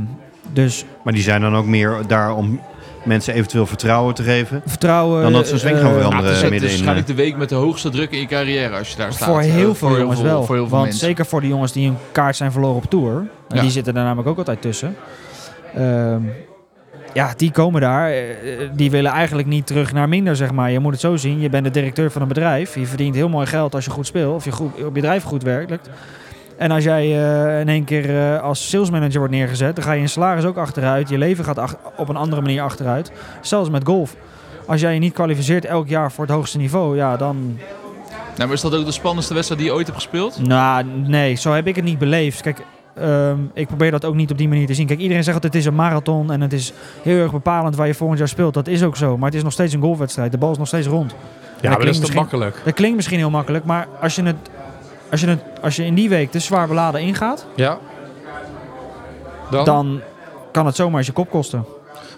B: dus
C: Maar die zijn dan ook meer daar om mensen eventueel vertrouwen te geven.
B: vertrouwen...
C: Dan dat ze een swing gaan
B: eh,
C: veranderen.
D: Ja, Ah, het is,
C: eh,
D: het is
C: midden in,
D: waarschijnlijk de week met de hoogste druk in je carrière als je daar staat.
B: Voor
D: Eh,
B: heel veel
D: voor
B: jongens wel.
D: Voor heel veel
B: want
D: mensen.
B: zeker voor de jongens die een kaart zijn verloren op tour. En
D: Ja.
B: die zitten daar namelijk ook altijd tussen. Ehm, ja, die komen daar. eh, Die willen eigenlijk niet terug naar minder, zeg maar. Je moet het zo zien. Je bent de directeur van een bedrijf. Je verdient heel mooi geld als je goed speelt. Of je goed, je bedrijf goed werkt. En als jij eh, in één keer eh, als salesmanager wordt neergezet, dan ga je in salaris ook achteruit. Je leven gaat ach- op een andere manier achteruit. Zelfs met golf. Als jij je niet kwalificeert elk jaar voor het hoogste niveau, ja, dan,
D: Nou, maar is dat ook de spannendste wedstrijd die je ooit hebt gespeeld?
B: nou, nee, zo heb ik het niet beleefd. Kijk, ehm, ik probeer dat ook niet op die manier te zien. Kijk, iedereen zegt dat het is een marathon en het is heel erg bepalend waar je volgend jaar speelt. Dat is ook zo, maar het is nog steeds een golfwedstrijd. De bal is nog steeds rond.
A: Ja,
B: maar dat is toch
A: makkelijk?
B: Dat klinkt misschien heel makkelijk, maar als je, het, als je, het, als je in die week te zwaar beladen ingaat,
A: Ja. Dan?
B: dan kan het zomaar eens je kop kosten.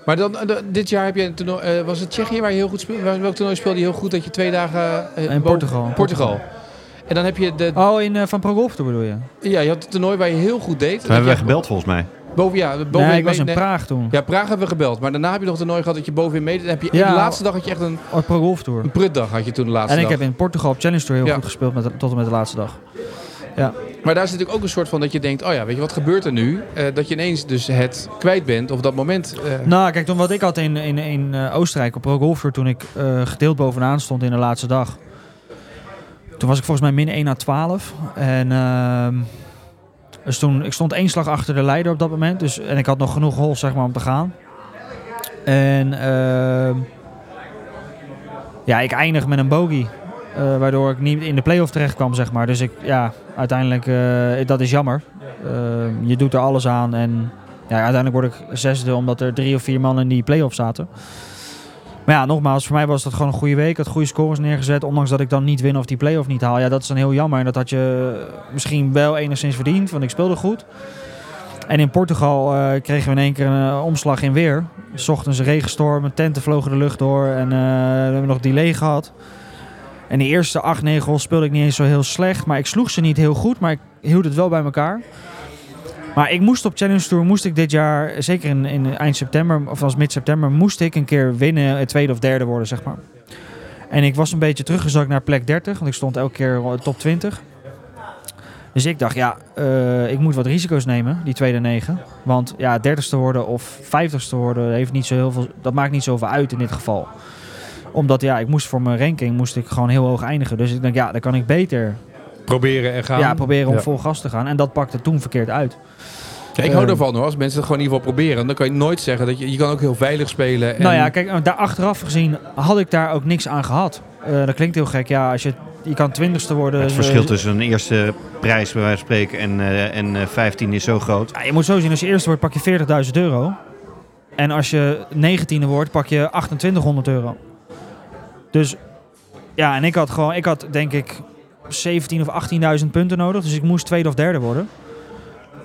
A: Maar dan, eh, d- dit jaar heb je een toernooi, eh, was het Tsjechië waar je heel goed speelde? Waar- Welk toernooi speelde je heel goed dat je twee dagen... eh,
B: In
A: boven-
B: Portugal.
A: Portugal. En dan heb je, de,
B: Oh, in eh, Van Pro Golf Tour bedoel je?
A: ja, je had het toernooi waar je heel goed deed.
C: Toen hebben
A: Dat
C: wij
A: je
C: gebeld volgens mij.
A: Boven, ja, boven
B: nee,
A: je
B: ik was in
A: mee- nee.
B: Praag toen.
A: Ja, Praag hebben we gebeld. Maar daarna heb je nog een toernooi gehad dat je bovenin meedeed. Dan heb je,
B: Ja.
A: de laatste dag had je echt een,
B: Oh, Pro Golf Tour.
A: een prutdag had je toen de laatste
B: En ik
A: dag.
B: heb in Portugal op Challenge Tour heel
A: Ja.
B: goed gespeeld met, de- tot en met de laatste dag.
A: Maar daar zit natuurlijk ook een soort van dat je denkt, oh ja, weet je, wat gebeurt er nu? Eh, dat je ineens dus het kwijt bent of dat moment... eh,
B: Nou, kijk, toen wat ik had in, in, in eh, Oostenrijk op Pro Golf Tour, toen ik eh, gedeeld bovenaan stond in de laatste dag. Toen was ik volgens mij min 1 à 12. En ehm, dus toen, ik stond één slag achter de leider op dat moment. Dus, en ik had nog genoeg holes zeg maar, om te gaan. En ehm, ja, ik eindig met een bogey. eh, waardoor ik niet in de play-off terecht kwam, zeg maar. Dus ik, ja, uiteindelijk, eh, dat is jammer. Ehm, je doet er alles aan en ja, uiteindelijk word ik zesde omdat er drie of vier mannen in die play-off zaten. Maar ja, nogmaals, voor mij was dat gewoon een goede week. Ik had goede scores neergezet, ondanks dat ik dan niet win of die play-off niet haal. Ja, dat is dan heel jammer. En dat had je misschien wel enigszins verdiend, want ik speelde goed. En in Portugal eh, kregen we in één keer een eh, omslag in weer. 's ochtends een regenstorm, een tenten vlogen de lucht door en eh, we hebben nog delay gehad. En de eerste acht, negen holes speelde ik niet eens zo heel slecht. Maar ik sloeg ze niet heel goed, maar ik hield het wel bij elkaar. Maar ik moest op Challenge Tour, moest ik dit jaar, zeker in, in eind september, of als mid-september, moest ik een keer winnen, eh, tweede of derde worden, zeg maar. En ik was een beetje teruggezakt naar plek 30, want ik stond elke keer wel top 20. Dus ik dacht, ja, eh, ik moet wat risico's nemen, die tweede negen. Want ja, dertigste worden of vijftigste worden, heeft niet zo heel veel, dat maakt niet zoveel uit in dit geval. Omdat ja, ik moest voor mijn ranking moest ik gewoon heel hoog eindigen. Dus ik denk, ja, dan kan ik beter
A: proberen en gaan.
B: ja, proberen om
A: Ja.
B: vol gas te gaan. En dat pakte toen verkeerd uit.
A: Ja, ik hou
B: Ehm.
A: ervan hoor, als mensen het gewoon in ieder geval proberen. Dan kan je nooit zeggen dat je... Je kan ook heel veilig spelen. En,
B: Nou ja, kijk, eh, daar achteraf gezien had ik daar ook niks aan gehad. Eh, dat klinkt heel gek. Ja, als je, je kan twintigste worden.
C: Het
B: eh,
C: verschil tussen een eerste prijs bij wijze van spreken en, eh, en eh, 15 is zo groot.
B: Ja, je moet zo zien, als je eerste wordt, pak je 40.000 euro. En als je negentiende wordt, pak je 2800 euro. Dus ja, en ik had gewoon, ik had denk ik 17 of 18.000 punten nodig. Dus ik moest tweede of derde worden.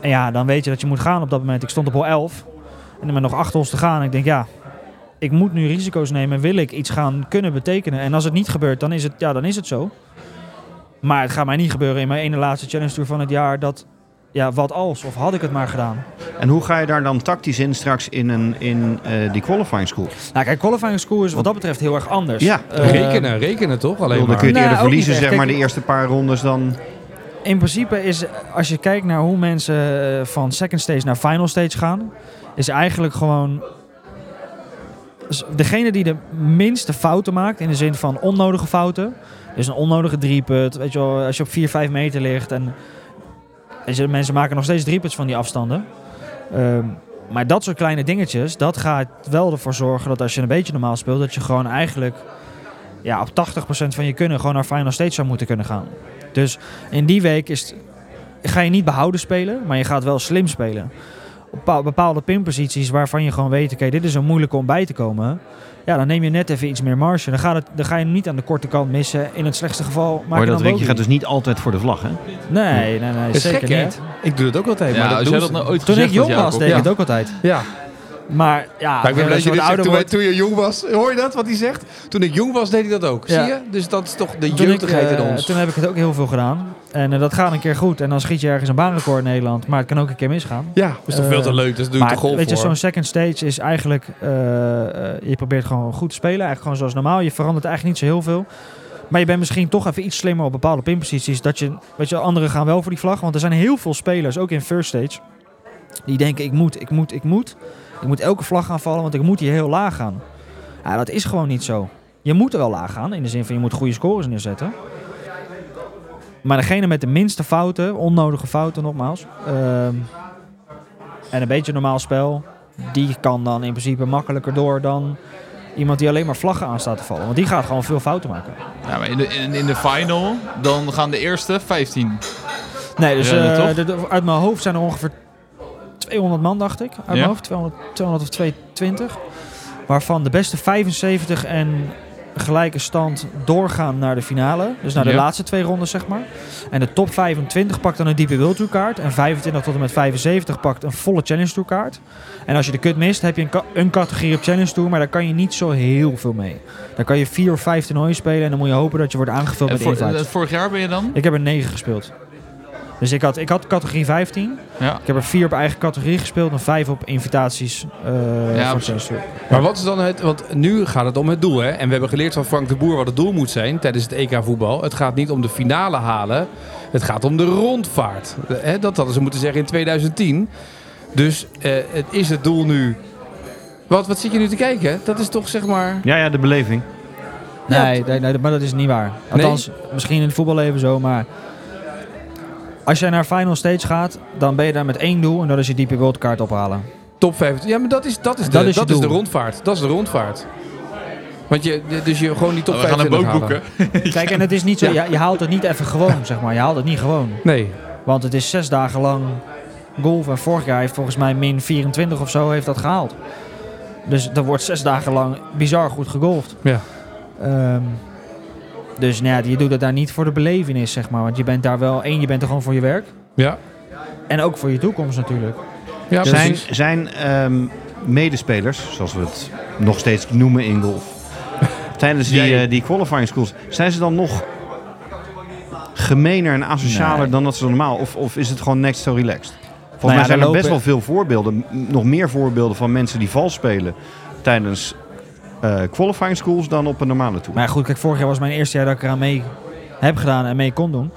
B: En ja, dan weet je dat je moet gaan op dat moment. Ik stond op hol 11 en er met nog acht holes te gaan. Ik denk ja, ik moet nu risico's nemen. Wil ik iets gaan kunnen betekenen? En als het niet gebeurt, dan is het, ja, dan is het zo. Maar het gaat mij niet gebeuren in mijn ene laatste challenge tour van het jaar dat ja, wat als? Of had ik het maar gedaan?
C: En hoe ga je daar dan tactisch in straks in, een, in eh, die qualifying school?
B: Nou, kijk, qualifying school is wat dat betreft heel erg anders.
C: Ja.
B: Eh,
A: rekenen, rekenen toch?
C: Ik bedoel,
A: Alleen
C: dan
A: maar.
C: kun je het
B: Nou,
C: eerder
B: ook niet
C: verliezen,
B: echt.
C: zeg maar,
B: Kijk,
C: de eerste paar rondes dan...
B: In principe is, eh, als je kijkt naar hoe mensen eh, van second stage naar final stage gaan, is eigenlijk gewoon dus degene die de minste fouten maakt, in de zin van onnodige fouten. Dus een onnodige drieput, weet je wel, als je op 4, 5 meter ligt. En weet je, mensen maken nog steeds drieputs van die afstanden. Ehm, maar dat soort kleine dingetjes, dat gaat wel ervoor zorgen dat als je een beetje normaal speelt, dat je gewoon eigenlijk ja, op 80% van je kunnen gewoon naar Final Stage zou moeten kunnen gaan. Dus in die week is het- ga je niet behouden spelen, maar je gaat wel slim spelen. Op bepa- bepaalde pinposities waarvan je gewoon weet, oké, dit is een moeilijke om bij te komen. Ja, dan neem je net even iets meer marge. Dan, gaat het, dan ga je hem niet aan de korte kant missen. In het slechtste geval maak
C: Maar
B: je
C: dat
B: dan
C: Rick, je gaat
B: bogey.
C: dus niet altijd voor de vlag, hè?
B: Nee, nee, nee,
A: is
B: zeker
A: gek, hè?
B: niet.
A: Ik doe dat ook altijd.
D: Ja,
A: maar dat
D: als jij
A: doen
D: dat
A: ze
D: nou
A: niet.
D: ooit
B: Toen
D: gezegd
B: ik jong
D: had,
B: was,
D: Jacob.
B: deed ik
A: Ja.
B: het ook altijd.
A: Ja,
B: Maar ja,
A: Maar ik ben blij
B: als
A: dat je dit zegt.
B: wat ouder
A: Toen, wij-
B: wordt...
A: toen je jong was, hoor je dat wat hij zegt? Toen ik jong was, deed hij dat ook.
B: Ja.
A: Zie je? Dus dat is toch de
B: Toen, ik,
A: jeugdigheid in
B: eh,
A: ons.
B: toen heb ik het ook heel veel gedaan. En eh, dat gaat een keer goed. En dan schiet je ergens een baanrecord in Nederland. Maar het kan ook een keer misgaan.
A: ja, dat is toch
B: eh,
A: veel te leuk. Dat doe ik
B: maar
A: toch golf
B: weet je,
A: voor.
B: zo'n second stage is eigenlijk... eh, eh, je probeert gewoon goed te spelen. Eigenlijk gewoon zoals normaal. Je verandert eigenlijk niet zo heel veel. Maar je bent misschien toch even iets slimmer op bepaalde pinposities. Dat je, weet je, anderen gaan wel voor die vlag. Want er zijn heel veel spelers, ook in first stage... die denken, ik moet, ik moet, ik moet. Ik moet elke vlag gaan vallen, want ik moet hier heel laag gaan. Ja, dat is gewoon niet zo. Je moet er wel laag gaan, in de zin van je moet goede scores neerzetten. Maar degene met de minste fouten, onnodige fouten nogmaals, ehm, en een beetje normaal spel, die kan dan in principe makkelijker door dan iemand die alleen maar vlaggen aan staat te vallen. Want die gaat gewoon veel fouten maken.
D: Ja, maar in, de, in, in de final, dan gaan de eerste 15.
B: Nee, dus
D: Ja,
B: eh,
D: toch?
B: de- de- uit mijn hoofd zijn er ongeveer 200 man, dacht ik. Uit
D: Ja.
B: mijn hoofd, 200, 200 of 220. Waarvan de beste 75 en gelijke stand doorgaan naar de finale. Dus naar de
D: Ja.
B: laatste twee rondes, zeg maar. En de top 25 pakt dan een diepe World Tour kaart. En 25 tot en met 75 pakt een volle Challenge Tour kaart. En als je de kut mist, heb je een, ka- een categorie op Challenge Tour. Maar daar kan je niet zo heel veel mee. Daar kan je vier of vijf toernooien spelen. En dan moet je hopen dat je wordt aangevuld
D: En
B: met
D: voor-
B: invites.
D: eh, vorig jaar ben je dan?
B: Ik heb er 9 gespeeld. Dus ik had, ik had categorie 15.
D: Ja.
B: Ik heb er 4 op eigen categorie gespeeld en 5 op invitaties. eh,
D: Ja,
B: voor
D: precies.
B: censuur.
A: Maar wat is dan het... Want nu gaat het om het doel, hè? En we hebben geleerd van Frank de Boer wat het doel moet zijn tijdens het EK voetbal. Het gaat niet om de finale halen. Het gaat om de rondvaart. Hè, dat hadden ze moeten zeggen in 2010. Dus eh, het is het doel nu... Wat, wat zit je nu te kijken? Dat is toch zeg maar...
C: Ja, ja, de beleving.
B: nee, nee, nee, maar dat is niet waar. Althans, misschien in het voetballeven zo, maar... Als jij naar Final Stage gaat, dan ben je daar met één doel. En dat is je diepe worldkaart ophalen.
A: Top 25. Ja, maar dat is, dat is, de,
B: Dat
A: dat
B: is
A: is,
B: je
A: de
B: doel.
A: rondvaart. Dat is de rondvaart. Want je, dus je gewoon die top
D: Oh, we gaan een
A: 25
D: boot
A: halen.
D: boeken.
B: Kijk, en het is niet zo...
A: Ja.
B: Je, je haalt het niet even gewoon, zeg maar. Je haalt het niet gewoon.
A: Nee.
B: Want het is zes dagen lang golf. En vorig jaar heeft volgens mij min 24 of zo heeft dat gehaald. Dus er wordt zes dagen lang bizar goed gegolfd.
A: Ja.
B: Ehm, dus nou ja, je doet het daar niet voor de belevenis, zeg maar. Want je bent daar wel... één, je bent er gewoon voor je werk.
A: Ja.
B: En ook voor je toekomst natuurlijk.
A: Ja,
C: zijn
A: precies.
C: zijn ehm, medespelers, zoals we het nog steeds noemen in golf, tijdens die,
D: Jij-
C: eh, die qualifying schools, zijn ze dan nog gemener en asocialer
B: Nee.
C: dan dat ze normaal? Of, of is het gewoon next to relaxed? Volgens
B: Nou ja,
C: mij zijn
B: er
C: er best wel
B: lopen-
C: veel voorbeelden, m- nog meer voorbeelden van mensen die vals spelen tijdens eh, qualifying schools dan op een normale tour.
B: Maar ja, goed, kijk, vorig jaar was mijn eerste jaar dat ik eraan mee heb gedaan en mee kon doen.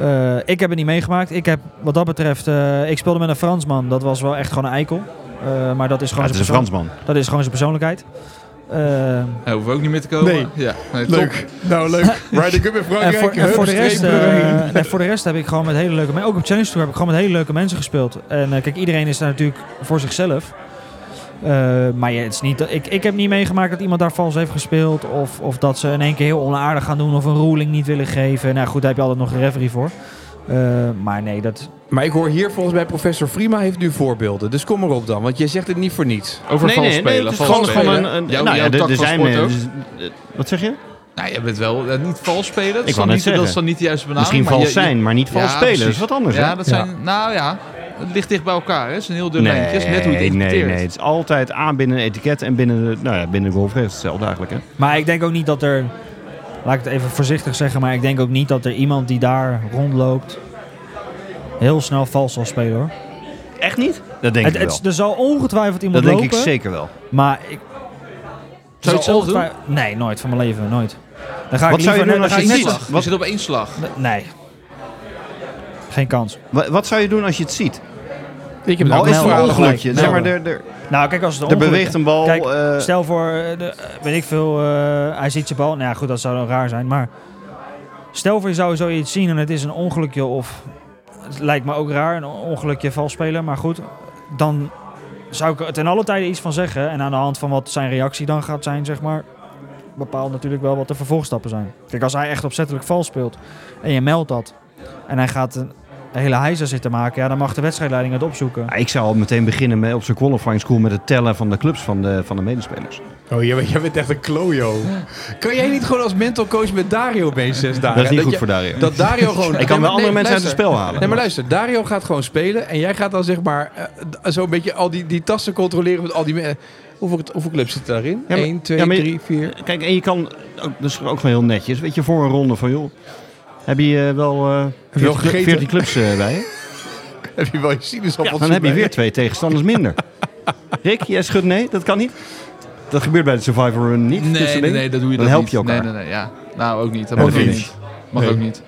B: Eh, ik heb het niet meegemaakt. Ik heb, wat dat betreft, eh, ik speelde met een Fransman. Dat was wel echt gewoon een eikel. Eh, maar dat is
C: Ja,
B: gewoon
C: het is
B: zijn
C: een
B: persoon-
C: Fransman.
B: Dat is gewoon zijn persoonlijkheid. Ehm,
D: Daar hoeven we ook niet meer te komen.
A: Nee.
D: Ja. Nee, top.
A: Leuk. Nou, leuk. Ryder Cup in
B: en
A: Frankrijk.
B: voor, en voor de
A: Hup,
B: rest,
A: streep
B: eh,
A: erheen.
B: nee, voor de rest heb ik gewoon met hele leuke mensen... Ook op Challenge Tour heb ik gewoon met hele leuke mensen gespeeld. En eh, kijk, iedereen is daar natuurlijk voor zichzelf. Eh, maar ja, het is niet, dat- ik, ik heb niet meegemaakt dat iemand daar vals heeft gespeeld. Of, of dat ze in één keer heel onaardig gaan doen. Of een ruling niet willen geven. Nou goed, daar heb je altijd nog een referee voor. Eh, maar nee, dat...
A: Maar ik hoor hier volgens mij professor Frima heeft nu voorbeelden. Dus kom maar op dan, want je zegt het niet voor niets.
D: Over vals spelen.
C: het is
D: vals
C: gewoon,
D: spelen.
C: gewoon een... een-
D: Jouw-
C: nou ja,
D: jouw
C: er-
D: tak
C: er
D: van
C: zijn
D: sport ook.
C: mensen... eh, Wat zeg je?
D: Nou, je bent wel eh, niet vals spelen. Dat,
C: Ik
D: is
C: wou
D: dan
C: net
D: niet,
C: zeggen.
D: dat is dan niet de juiste benaming.
C: Misschien
D: maar
C: vals
D: je- je-
C: zijn, maar niet vals
D: Ja,
C: spelen. Dat is
D: precies.
C: wat anders, hè?
D: Ja, dat
A: Ja.
D: zijn... Nou ja, het ligt dicht bij elkaar. hè. Het is een heel dun lijntje. Het is net hoe je het
C: nee,
D: interpreteert.
C: nee. Het is altijd aan binnen een etiket en binnen de, nou ja, binnen de golfregels. Hetzelfde eigenlijk, hè?
B: Maar ik denk ook niet dat er... Laat ik het even voorzichtig zeggen. Maar ik denk ook niet dat er iemand die daar rondloopt... heel snel vals zal spelen, hoor.
C: Echt niet? Dat denk
B: Het,
C: ik wel.
B: het, er zal ongetwijfeld
C: Dat
B: iemand
C: denk
B: lopen.
C: ik zeker wel.
B: Maar ik...
D: je het zelf doen?
B: ongetwij- Nee, nooit van mijn leven, nooit. Dan ga
C: Wat
B: ik
C: zou je
B: liever
C: doen
B: dan
C: als
B: ga
C: je
B: ik
C: het
D: Eén
C: ziet?
B: net-
D: slag. Je Nou, zit op één slag.
B: Nee. Geen kans.
C: Wa- Wat zou je doen als je het ziet?
A: Ik heb
C: Al
A: nou
C: is het
B: melden,
C: een
B: gelijk.
C: ongelukje. Zeg maar,
B: Melden.
C: er, er,
B: Nou, kijk, als het een
C: er
B: ongeluk-
C: beweegt een bal.
B: Kijk,
C: eh,
B: Stel voor, eh, de, eh, weet ik veel, eh, hij ziet je bal. Nou ja, goed, dat zou dan raar zijn. Maar stel voor, je zou zoiets zien en het is een ongelukje of... Het lijkt me ook raar, een ongelukje vals spelen. Maar goed, dan zou ik er ten alle tijde iets van zeggen. En aan de hand van wat zijn reactie dan gaat zijn, zeg maar... bepaalt natuurlijk wel wat de vervolgstappen zijn. Kijk, als hij echt opzettelijk vals speelt en je meldt dat... en hij gaat een hele hijzer zitten maken... ja, dan mag de wedstrijdleiding het opzoeken.
C: ja, Ah, ik zou al meteen beginnen met, op zijn qualifying school met het tellen van de clubs van de, van de medespelers.
A: Oh, jij bent, jij bent echt een klojo. Kan jij niet gewoon als mental coach met Dario mee zes dagen?
C: dat is niet goed
A: je-
C: voor Dario.
A: Dat Dario gewoon...
C: Ik kan wel andere mensen uit
A: luister.
C: het spel halen.
A: Nee, maar luister. Dario gaat gewoon spelen. En jij gaat dan zeg maar eh, d- zo'n beetje al die, die tassen controleren met al die... me- Hoeveel, hoeveel clubs zitten daarin?
C: Ja, maar-
A: 1, 2,
C: ja, maar je-
A: 3, 4...
C: Kijk, en je kan, ook, dat is ook gewoon heel netjes, weet je, voor een ronde van joh, heb je eh, wel eh
A: je wel
C: 40, clu-
A: gegeten?
C: 40 clubs eh, bij je?
A: Heb je wel je sinaasappeltje
C: Dan heb je
A: bij?
C: weer twee tegenstanders minder. Rick, jij schudt nee, dat kan niet. Dat gebeurt bij de Survivor Run niet. dit soort
D: Nee, nee,
C: dingen.
D: nee, dat doe je
C: Dus Dan help
D: dat niet.
C: je elkaar.
D: Nee, nee, nee, ja. Nou, ook niet. Dat
C: Ook
D: mag ook
C: niet.
D: niet. Mag
A: Nee.
D: ook niet.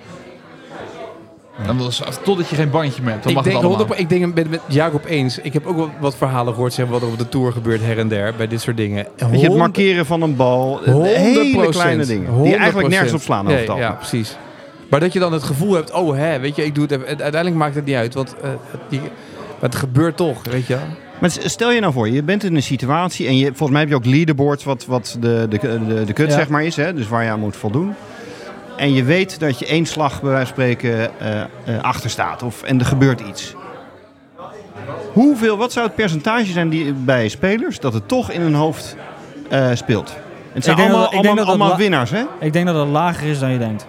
D: Dan was, totdat je geen bandje meer hebt, dan
A: ik
D: mag
A: denk,
D: het allemaal.
A: 100% ik denk met, met Jacob eens. Ik heb ook wel wat verhalen gehoord zeg, wat er op de tour gebeurt her en der bij dit soort dingen.
C: Weet je, het
A: Honderd-
C: markeren van een bal. eh,
A: 100%.
C: Hele kleine dingen. Die je eigenlijk nergens op slaan over
A: Nee,
C: het
A: Ja,
C: algemeen.
A: precies. Maar dat je dan het gevoel hebt, oh hè, weet je, ik doe het even. En Uiteindelijk maakt het niet uit, want eh, die, maar het gebeurt toch, weet je. wel.
C: Maar s- stel je nou voor, je bent in een situatie en je, volgens mij heb je ook leaderboards wat, wat de, de, de, de kut
B: Ja.
C: zeg maar is. Hè, dus waar je aan moet voldoen. En je weet dat je één slag bij wijze van spreken eh, eh, achter staat. Of, en er gebeurt iets. Hoeveel, wat zou het percentage zijn die, bij spelers dat het toch in hun hoofd eh, speelt? En het zijn
B: Ik denk
C: allemaal,
B: dat- ik denk
C: allemaal,
B: dat dat
C: allemaal
B: la-
C: winnaars, hè?
B: Ik denk dat het lager is dan je denkt.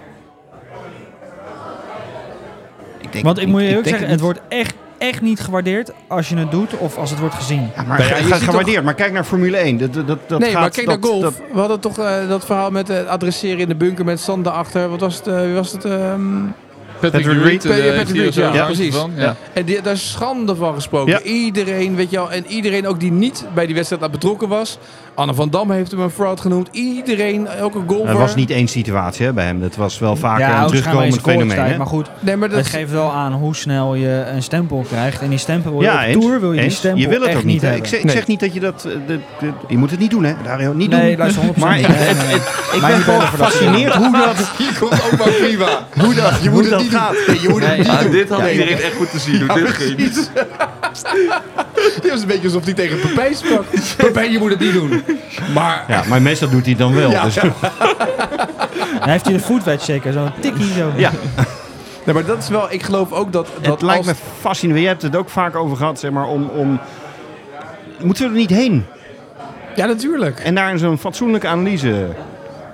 C: Ik denk-
B: Want ik moet je
C: denk
B: ook zeggen,
C: niet.
B: het wordt echt, echt niet gewaardeerd als je het doet of als het wordt gezien.
C: Ja, maar
A: Nou ja, je
C: ga- ga-
A: ziet
C: gewaardeerd. Maar kijk naar Formule 1. Dat, dat, dat, dat
A: nee,
C: gaat,
A: maar kijk
C: dat,
A: naar golf.
C: dat-
A: We hadden toch eh, dat verhaal met eh, adresseren in de bunker met Sand daarachter. Wat was het? eh, wie was het? ehm,
D: Patrick
C: Patrick
D: Reed,
A: Reed,
D: eh,
A: ja, Patrick
D: heeft hier
A: Reed,
D: ook
A: ja,
D: een
A: precies.
D: randje van, ja.
A: En die, daar is schande van gesproken.
C: Ja.
A: Iedereen, weet je wel, en iedereen ook die niet bij die wedstrijd aan betrokken was. Anne van Dam heeft hem een fraud genoemd. Iedereen, elke golfer.
C: Het was niet één situatie hè, bij hem. Het was wel vaker een
B: ook schaamheid
C: terugkomend
B: is scoren
C: fenomeen.
B: tijd,
C: hè?
B: Maar goed,
A: Nee, maar dat
B: het geeft wel aan hoe snel je een stempel krijgt. En die stempel wil je
C: Ja,
B: op
C: eens,
B: tour wil je die
C: eens.
B: stempel
C: Je wil het
B: echt
C: ook niet. hè.
B: hebben.
C: Ik, zeg, ik
A: Nee.
C: zeg niet dat je dat... eh, de- de- je moet het niet doen, hè, Dario. Niet
B: nee,
C: doen.
B: luister 100%.
C: Maar ik,
B: nee,
C: het-
B: nee.
C: het- ik
B: Mij
C: ben
B: niet
C: gewoon
B: bellen voor dat
C: gefascineerd hoe dat,
A: Hier komt ook maar prima.
C: hoe dat, hoe dat
A: niet
C: gaat.
A: doen. Nee, je moet het
B: Nee.
A: niet
B: Ah,
A: doen.
D: dit had
A: Nee.
D: iedereen echt goed te zien.
F: Ah,
D: hoe dit ging.
A: Precies. Dit was een beetje alsof hij tegen Pepijn sprak. Pepijn, je moet het niet doen. Maar
C: Ja, maar meestal doet hij het dan wel.
A: Ja.
C: dus-
B: Hij heeft hier de foodwet zeker, zo'n tikkie zo.
C: Ja.
A: Nee, maar dat is wel, ik geloof ook dat. dat
C: het lijkt
A: als-
C: me fascinerend. Je hebt het ook vaak over gehad, zeg maar, om... om Moeten we er niet heen?
A: Ja, natuurlijk.
C: En daar zo'n fatsoenlijke analyse...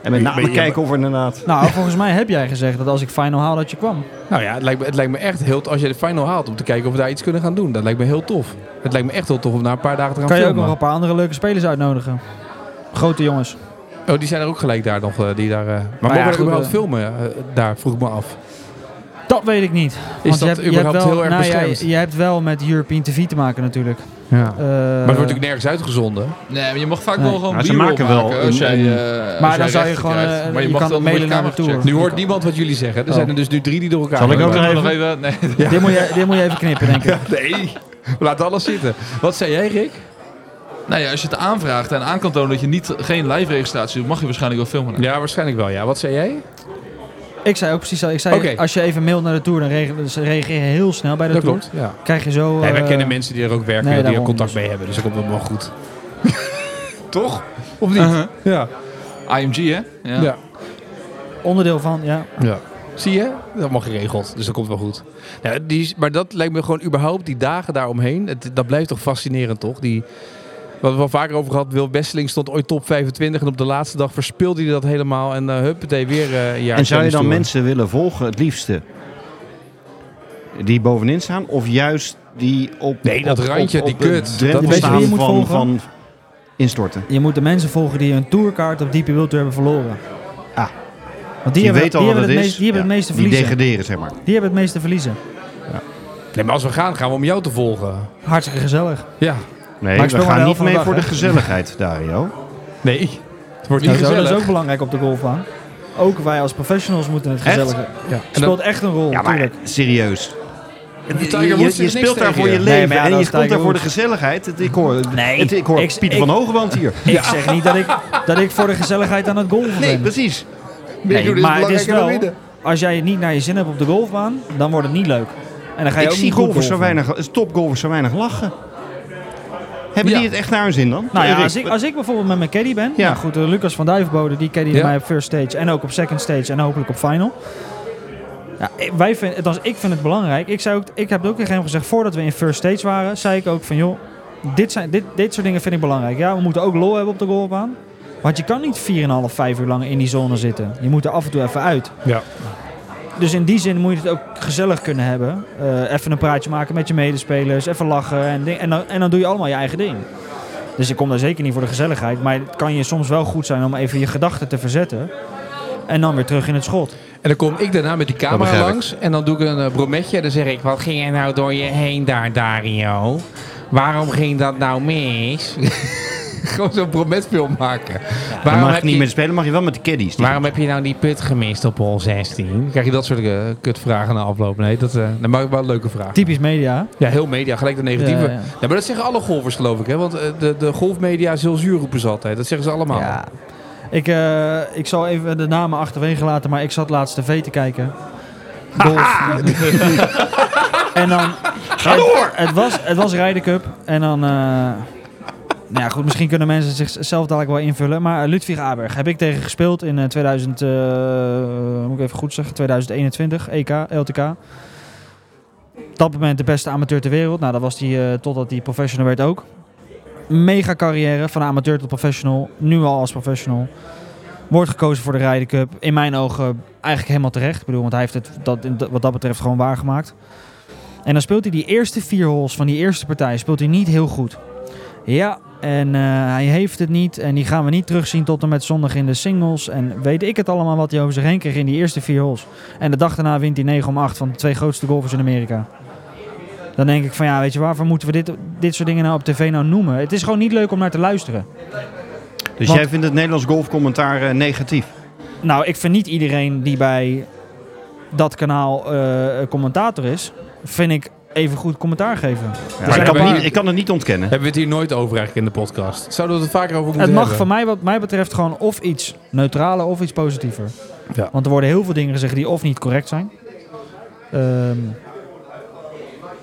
C: En met name kijken of er inderdaad...
B: Nou, volgens mij heb jij gezegd dat als ik final haal dat je kwam.
A: Nou ja, het lijkt, me, het lijkt me echt heel. Als je de final haalt, om te kijken of we daar iets kunnen gaan doen. Dat lijkt me heel tof. Het lijkt me echt heel tof om na een paar dagen te gaan
B: Kan je ook
A: filmen.
B: nog een paar andere leuke spelers uitnodigen. Grote jongens.
A: Oh, die zijn er ook gelijk daar nog. eh, Die daar, eh, maar
B: ja,
A: mogen we er
B: goed,
A: überhaupt
B: eh.
A: filmen? eh, daar vroeg ik me af.
B: Dat weet ik niet.
A: Is dat überhaupt
B: wel-
A: heel erg
B: nou, jij-
A: beschermd?
B: Je, hebt wel met European TV te maken natuurlijk.
A: Ja.
B: Eh,
A: Maar het wordt natuurlijk nergens uitgezonden.
D: Nee, maar je mag vaak
B: Nee.
D: wel gewoon
C: Maar ze
D: b-roll
C: maken wel
D: als
C: een-
D: jij,
C: een-
D: eh, als
B: Maar
D: jij
B: dan zou je
D: rechten
B: gewoon,
D: krijgt.
B: eh,
D: Maar
B: je
D: je mag
B: kan
D: dan
B: mailen
D: met de
B: naar de
D: camera
B: tour.
D: gecheckt.
A: Nu hoort niemand wat jullie zeggen. Er
B: Oh.
A: zijn er dus nu drie die door elkaar
C: Zal ik
A: worden.
C: ook nog
D: Nog even, eh, nee.
B: Dit, moet je, dit moet je even knippen, denk ik.
A: Nee, laat alles zitten. Wat zei jij, Rick?
D: Nou ja, als je het aanvraagt en aan kan tonen dat je niet, geen live registratie doet, mag je waarschijnlijk wel filmen.
A: Ja, waarschijnlijk wel. Ja, wat zei jij?
B: Ik zei ook precies dat. Ik zei,
A: Oké.
B: als je even mailt naar de Tour, dan reageer, ze reageren heel snel bij de
A: Dat
B: Tour.
A: klopt. Ja.
B: Krijg je zo...
A: Nee, wij
B: eh,
A: kennen mensen die er ook werken
B: nee,
A: die er
B: daarom
A: contact
B: dus.
A: mee hebben. Dus dat komt wel goed. Toch? Of niet?
D: Uh-huh.
A: Ja.
D: IMG, hè? Ja.
A: Ja.
B: Onderdeel van, ja.
A: Ja. Zie je? Dat is allemaal geregeld. Dus dat komt wel goed. Ja, die, is- maar dat lijkt me gewoon überhaupt, die dagen daaromheen. Het, dat blijft toch fascinerend, toch? Die, wat we al vaker over gehad, Wil Besseling stond ooit top 25. En op de laatste dag verspeelde hij dat helemaal. En eh huppatee, weer eh, een jaar.
C: en zou je
A: tennis
C: dan
A: tour.
C: mensen willen volgen, het liefste? Die bovenin staan? Of juist die op,
A: Nee, dat
C: op-
A: randje,
C: op-
A: die
C: op de
A: kut.
C: drempel
B: Dat- weet je
C: staan
B: wie je moet
C: van,
B: volgen?
C: van instorten?
B: Je moet de mensen volgen die een tourkaart op Diepe Wilter hebben verloren.
C: Ah.
B: Want die,
C: Die,
B: hebben,
C: weet al
B: die
C: wat het
B: hebben het
C: is.
B: meest- die hebben
C: Ja,
B: het meeste
C: Die
B: verliezen. Die,
C: degraderen, zeg maar.
B: hebben het meeste verliezen.
A: Nee, maar als we gaan, gaan we om jou te volgen.
B: Hartstikke gezellig.
A: Ja.
C: Nee,
B: Maar ik
C: we
B: speel maar de
C: gaan
B: helft
C: niet
B: van de
C: mee
B: dag,
C: voor
B: hè?
C: de gezelligheid, Dario.
A: Nee. Het wordt niet
B: Nou, zo,
A: gezellig.
B: dat is ook belangrijk op de golfbaan. Ook wij als professionals moeten het
C: Echt?
B: gezellig hebben.
A: Ja.
B: Het
A: En dat-
B: speelt echt een rol,
C: Ja, maar
B: natuurlijk.
C: serieus.
A: Tiger
C: je,
A: Woods
C: je
A: is niks
C: speelt daar
A: tegen
C: voor
A: je.
C: je
B: Nee,
C: leven
B: maar ja,
C: en
B: dat
C: je
B: is
C: komt daar
B: Tiger
C: voor de
B: Woods.
C: gezelligheid. Het- ik hoor,
B: Nee,
C: het- ik hoor
B: ik-
C: Pieter
B: ik-
C: van Hogeband hier.
B: Ik zeg niet dat ik, dat ik voor de gezelligheid aan het golven
C: Nee,
B: ben.
C: precies.
B: Nee,
A: Meedoen is
B: maar het is
A: belangrijker dan
B: wel,
A: winnen.
B: als jij het niet naar je zin hebt op de golfbaan, dan wordt het niet leuk. En dan ga je
C: Ik
B: ook
C: zie
B: niet goed
C: golfers zo
B: golfen.
C: weinig, topgolfers zo weinig lachen. Hebben
A: Ja.
C: die het echt naar hun zin dan?
B: Nou ja,
C: Erik,
B: als ik, als ik bijvoorbeeld met mijn caddy ben,
C: Ja.
B: nou goed, eh, Lucas van Duivenbode, die caddy
A: Ja.
B: mij op first stage en ook op second stage en hopelijk op final. Ja, eh, wij vind, althans, ik vind het belank. Ik, zei ook, ik heb het ook tegen hem gezegd, voordat we in first stage waren, zei ik ook van joh, dit, zijn, dit, dit soort dingen vind ik belangrijk. Ja, we moeten ook lol hebben op de golfbaan. Want je kan niet 4,5, 5 uur lang in die zone zitten. Je moet er af en toe even uit.
A: Ja.
B: Dus in die zin moet je het ook gezellig kunnen hebben. Eh, even een praatje maken met je medespelers, even lachen en, ding- en, dan, en dan doe je allemaal je eigen ding. Dus ik kom daar zeker niet voor de gezelligheid, maar het kan je soms wel goed zijn om even je gedachten te verzetten. En dan weer terug in het schot.
A: En dan kom ik daarna met die camera
C: begrijp ik.
A: langs. En dan doe ik een eh, brometje. En dan zeg ik, wat ging er nou door je heen daar, Dario? Waarom ging dat nou mis? Gewoon zo'n brometfilm maken.
C: dan
A: waarom,
C: mag
A: heb
C: je niet
A: je,
C: meer spelen, mag je wel met de caddies. Dus
A: waarom heb je nou die put gemist op hol 16? Krijg je dat soort eh, kutvragen na afloop? Nee, dat, eh dat maakt wel een leuke vraag.
B: Typisch media.
A: Ja, heel media, gelijk de negatieve.
B: Ja,
A: Ja,
B: ja.
A: maar dat zeggen alle golfers geloof ik. Hè? Want eh, de, de golfmedia is heel zuur roepen ze altijd. Dat zeggen ze allemaal.
B: Ja. Ik, eh, ik zal even de namen achterwege laten, maar ik zat laatst tv te kijken. Golf. en dan. Ga door! Het, was, het was Ryder Cup. En dan. eh, nou ja, goed, misschien kunnen mensen het zichzelf dadelijk wel invullen. Maar eh, Ludwig Aberg heb ik tegen gespeeld in eh, 2000. eh, moet ik even goed zeggen, E 2021, EK, LTK. Op dat moment de beste amateur ter wereld. Nou, dat was hij eh, totdat hij professional werd ook mega carrière van amateur tot professional. Nu al als professional. Wordt gekozen voor de Ryder Cup. In mijn ogen eigenlijk helemaal terecht. Ik bedoel, want hij heeft het dat, in dat- wat dat betreft gewoon waargemaakt. En dan speelt hij die eerste vier holes van die eerste partij speelt hij niet heel goed. Ja, en eh, hij heeft het niet. En die gaan we niet terugzien tot en met zondag in de singles. En weet ik het allemaal wat hij over zich heen kreeg in die eerste vier holes. En de dag daarna wint hij 9 om 8 van de twee grootste golfers in Amerika. Dan denk ik van ja, weet je waarvoor moeten we dit, dit soort dingen nou op tv nou noemen? Het is gewoon niet leuk om naar te luisteren.
C: dus
B: want-
C: jij vindt het Nederlands golfcommentaar eh, negatief?
B: Nou, ik vind niet iedereen die bij dat kanaal eh, commentator is, vind ik even goed commentaar geven. Dus
C: Ja,
A: zijn
C: Dus ik,
A: er
C: kan
A: wel-
C: niet- ik kan het niet ontkennen.
A: Hebben we het hier nooit over eigenlijk in de podcast. Zouden we het er vaker over moeten
B: het mag
A: hebben?
B: van mij wat mij betreft gewoon of iets neutraler of iets positiever.
A: Ja.
B: Want er worden heel veel dingen gezegd die of niet correct zijn. ehm,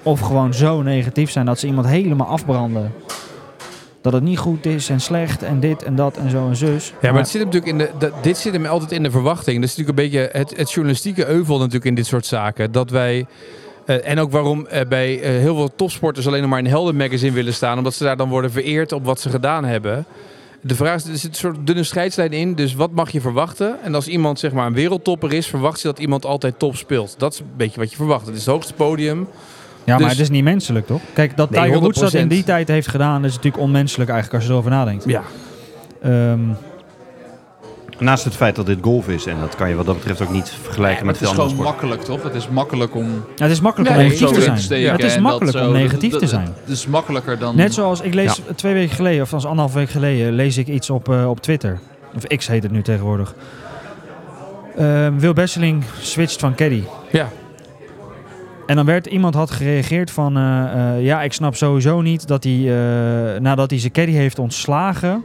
B: of gewoon zo negatief zijn dat ze iemand helemaal afbranden. Dat het niet goed is en slecht en dit en dat en zo en zus.
A: Ja, maar het zit hem natuurlijk in de, dat- dit zit hem altijd in de verwachting. Dat is natuurlijk een beetje het, het journalistieke euvel natuurlijk in dit soort zaken. Dat wij, eh, en ook waarom eh, bij eh, heel veel topsporters alleen nog maar in Helden Magazine willen staan. Omdat ze daar dan worden vereerd op wat ze gedaan hebben. De vraag is, er zit een soort dunne scheidslijn in. Dus wat mag je verwachten? En als iemand zeg maar een wereldtopper is, verwacht je dat iemand altijd top speelt. Dat is een beetje wat je verwacht. Het is het hoogste podium.
B: Ja, maar
A: Dus-
B: het is niet menselijk, toch? Kijk, dat
A: Nee,
B: Tiger Woods dat in
A: 100%.
B: die tijd heeft gedaan, is natuurlijk onmenselijk eigenlijk als je erover nadenkt.
A: Ja,
B: Ehm,
C: Naast het feit dat dit golf is, en dat kan je wat dat betreft ook niet vergelijken
D: Maar
C: met
D: het is
C: veel
D: gewoon
C: andere sporten.
D: makkelijk, toch? Het is makkelijk om
B: ja, het is makkelijk
A: Nee,
B: om
A: zo
B: negatief te
A: in te
B: zijn.
D: steken
B: Het is
D: en dat
B: makkelijk
D: zo.
B: om
D: Dat-
B: negatief
D: dat-
B: te zijn.
D: Het is makkelijker dan...
B: Net zoals ik lees twee weken geleden, of althans anderhalf week geleden, lees ik iets op, eh, op Twitter. Of X heet het nu tegenwoordig. Ehm Wil Besseling switcht van caddy.
A: ja.
B: En dan werd iemand had gereageerd van... eh, eh, ja, ik snap sowieso niet dat hij... eh, nadat hij zijn caddy heeft ontslagen...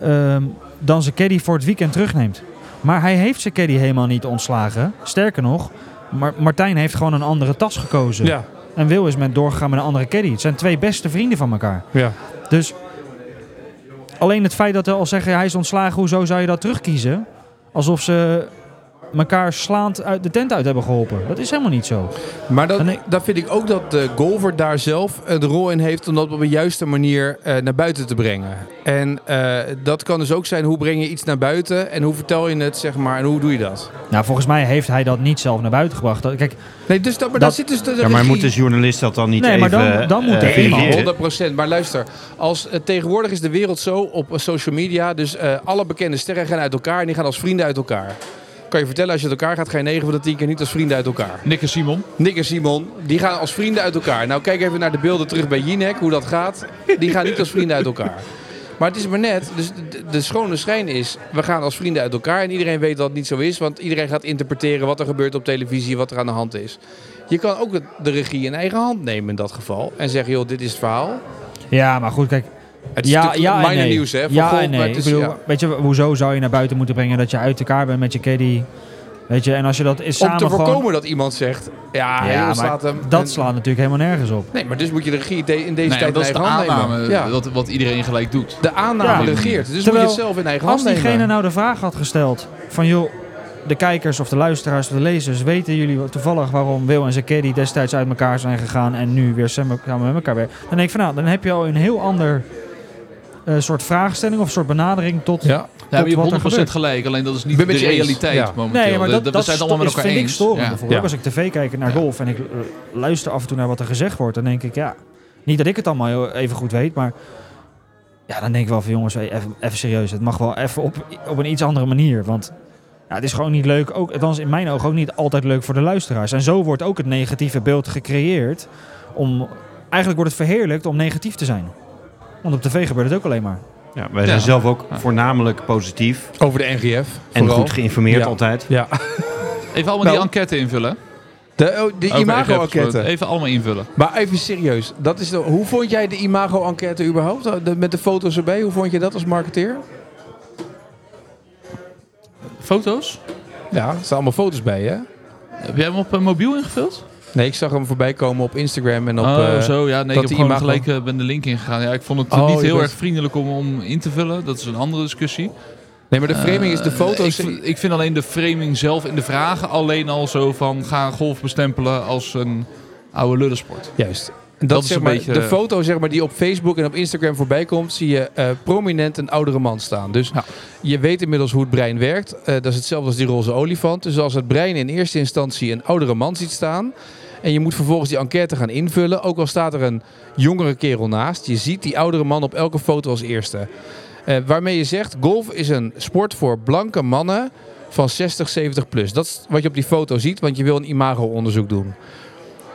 B: ehm, dan zijn caddy voor het weekend terugneemt. Maar hij heeft zijn caddy helemaal niet ontslagen. Sterker nog, Mar- Martijn heeft gewoon een andere tas gekozen.
A: ja.
B: En Wil is met doorgegaan met een andere caddy. Het zijn twee beste vrienden van elkaar.
A: ja.
B: Dus alleen het feit dat ze al zeggen hij is ontslagen, hoezo zou je dat terugkiezen? Alsof ze elkaar slaand uit de tent uit hebben geholpen. Dat is helemaal niet zo.
A: Maar dat,
B: En ik-
A: dat vind ik ook dat de golfer daar zelf een rol in heeft om dat op een juiste manier eh, naar buiten te brengen. En eh, dat kan dus ook zijn hoe breng je iets naar buiten en hoe vertel je het, zeg maar, en hoe doe je dat?
B: Nou, volgens mij heeft hij dat niet zelf naar buiten gebracht. Dat- Kijk,
A: Nee, dus dat, maar
B: Dat-
A: daar zit dus de
C: Ja, maar
A: regie.
C: moet de journalist dat dan niet
B: Nee, maar
C: even...
B: dan- dan
C: eh,
B: moet er iemand-
C: verifiëren?
A: 100%. Maar luister, als, eh, tegenwoordig is de wereld zo op eh, social media. Dus eh, alle bekende sterren gaan uit elkaar en die gaan als vrienden uit elkaar. Kan je vertellen, als je uit elkaar gaat, ga je 9 van de 10 keer niet als vrienden uit elkaar.
D: Nick en Simon.
A: Nick en Simon, die gaan als vrienden uit elkaar. Nou, kijk even naar de beelden terug bij Jinek, hoe dat gaat. Die gaan niet als vrienden uit elkaar. Maar het is maar net, dus de, de schone schijn is, we gaan als vrienden uit elkaar. En iedereen weet dat het niet zo is, want iedereen gaat interpreteren wat er gebeurt op televisie, wat er aan de hand is. Je kan ook het- de regie in eigen hand nemen in dat geval. En zeggen, joh, dit is het verhaal.
B: Ja, maar goed, kijk.
A: Het is
B: ja,
A: natuurlijk
B: ja en
A: minor
B: nee.
A: nieuws, hè? Van
B: ja,
A: Golf,
B: en
A: maar
B: nee.
A: het is-
B: ik bedoel,
A: ja.
B: weet je, hoezo zou je naar buiten moeten brengen dat je uit elkaar bent met je caddy? Weet je, en als je dat is
A: Om
B: samen
A: te voorkomen
B: gewoon...
A: dat iemand zegt, ja,
B: Ja,
A: joh,
B: maar
A: slaat hem.
B: Dat
A: En-
B: slaat natuurlijk helemaal nergens op.
A: Nee, maar dus moet je de regie de- in deze
D: Nee,
A: tijd
D: dat
A: in
D: is de
A: eigen hand
D: aanname
A: nemen. Ja.
D: wat, wat iedereen gelijk doet.
A: De aanname
D: Ja.
A: regeert. Dus
B: Terwijl,
A: moet je het zelf in eigen
B: Als
A: hand nemen.
B: diegene nou de vraag had gesteld van joh, de kijkers of de luisteraars of de lezers, weten jullie wat- toevallig waarom Wil en zijn caddy destijds uit elkaar zijn gegaan en nu weer samen samen met elkaar werken? Dan denk ik van nou, dan heb je al een heel ander eh, soort vraagstelling of soort benadering tot...
A: Ja.
D: Ja, maar je
B: wat er
D: hebt 100%
B: gebeurt.
D: gelijk, alleen dat is niet de
A: Ben met je eens.
D: realiteit
A: Ja.
D: momenteel.
B: Nee, maar
D: De-
B: dat,
D: de-
B: dat
D: we zijn het
B: is,
D: allemaal met
B: is-
D: elkaar
B: vind ik
D: eens.
B: storend
D: Ja.
B: bijvoorbeeld.
A: Ja.
B: Als ik tv kijk naar
D: Ja.
B: golf en ik eh, luister af en toe naar wat er gezegd wordt, dan denk ik ja, niet dat ik het allemaal heel even goed weet, maar ja, dan denk ik wel van jongens, hey, even, even serieus, het mag wel even op, op een iets andere manier, want ja, het is gewoon niet leuk, ook, althans in mijn ogen ook niet altijd leuk voor de luisteraars. En zo wordt ook het negatieve beeld gecreëerd om, eigenlijk wordt het verheerlijkt om negatief te zijn. Want op tv gebeurt het ook alleen maar.
C: Ja, wij zijn
D: Ja.
C: zelf ook
D: Ja.
C: voornamelijk positief
A: Over de NGF.
C: en
A: vooral.
C: goed geïnformeerd
A: Ja.
C: altijd.
A: Ja.
D: Even allemaal die
A: Nou.
D: enquête invullen.
A: oh, De, oh, de
D: Over
A: imago-enquête.
D: Even allemaal invullen.
A: Maar even serieus, dat is de, hoe vond jij de imago-enquête überhaupt? Oh, De- met de foto's erbij, hoe vond je dat als marketeer?
D: Foto's?
A: Ja, er staan allemaal foto's bij, hè?
D: Heb jij hem op eh, mobiel ingevuld?
A: Nee, ik zag hem voorbij komen op Instagram en op...
D: oh,
A: eh,
D: zo. Ja, nee,
A: dat
D: ik
A: de
D: heb gewoon
A: imago-
D: gelijk eh, ben de link ingegaan. Ja, ik vond het eh,
A: Oh,
D: niet
A: je
D: heel
A: bent-
D: erg vriendelijk om, om in te vullen. Dat is een andere discussie.
A: Nee, maar de framing is de
D: Eh,
A: foto's...
D: Ik, vind- ik vind alleen de framing zelf in de vragen alleen al zo van... ga golf bestempelen als een oude lullensport.
A: Juist. En dat,
D: Dat is
A: zeg
D: een
A: maar,
D: beetje-
A: De foto zeg maar, die op Facebook en op Instagram voorbij komt, zie je eh, prominent een oudere man staan. Dus
D: Ja.
A: je weet inmiddels hoe het brein werkt. Eh, dat is hetzelfde als die roze olifant. Dus als het brein in eerste instantie een oudere man ziet staan. En je moet vervolgens die enquête gaan invullen. Ook al staat er een jongere kerel naast. Je ziet die oudere man op elke foto als eerste. Eh, waarmee je zegt, golf is een sport voor blanke mannen van 60, 70 plus. Dat is wat je op die foto ziet, want je wil een imago-onderzoek doen.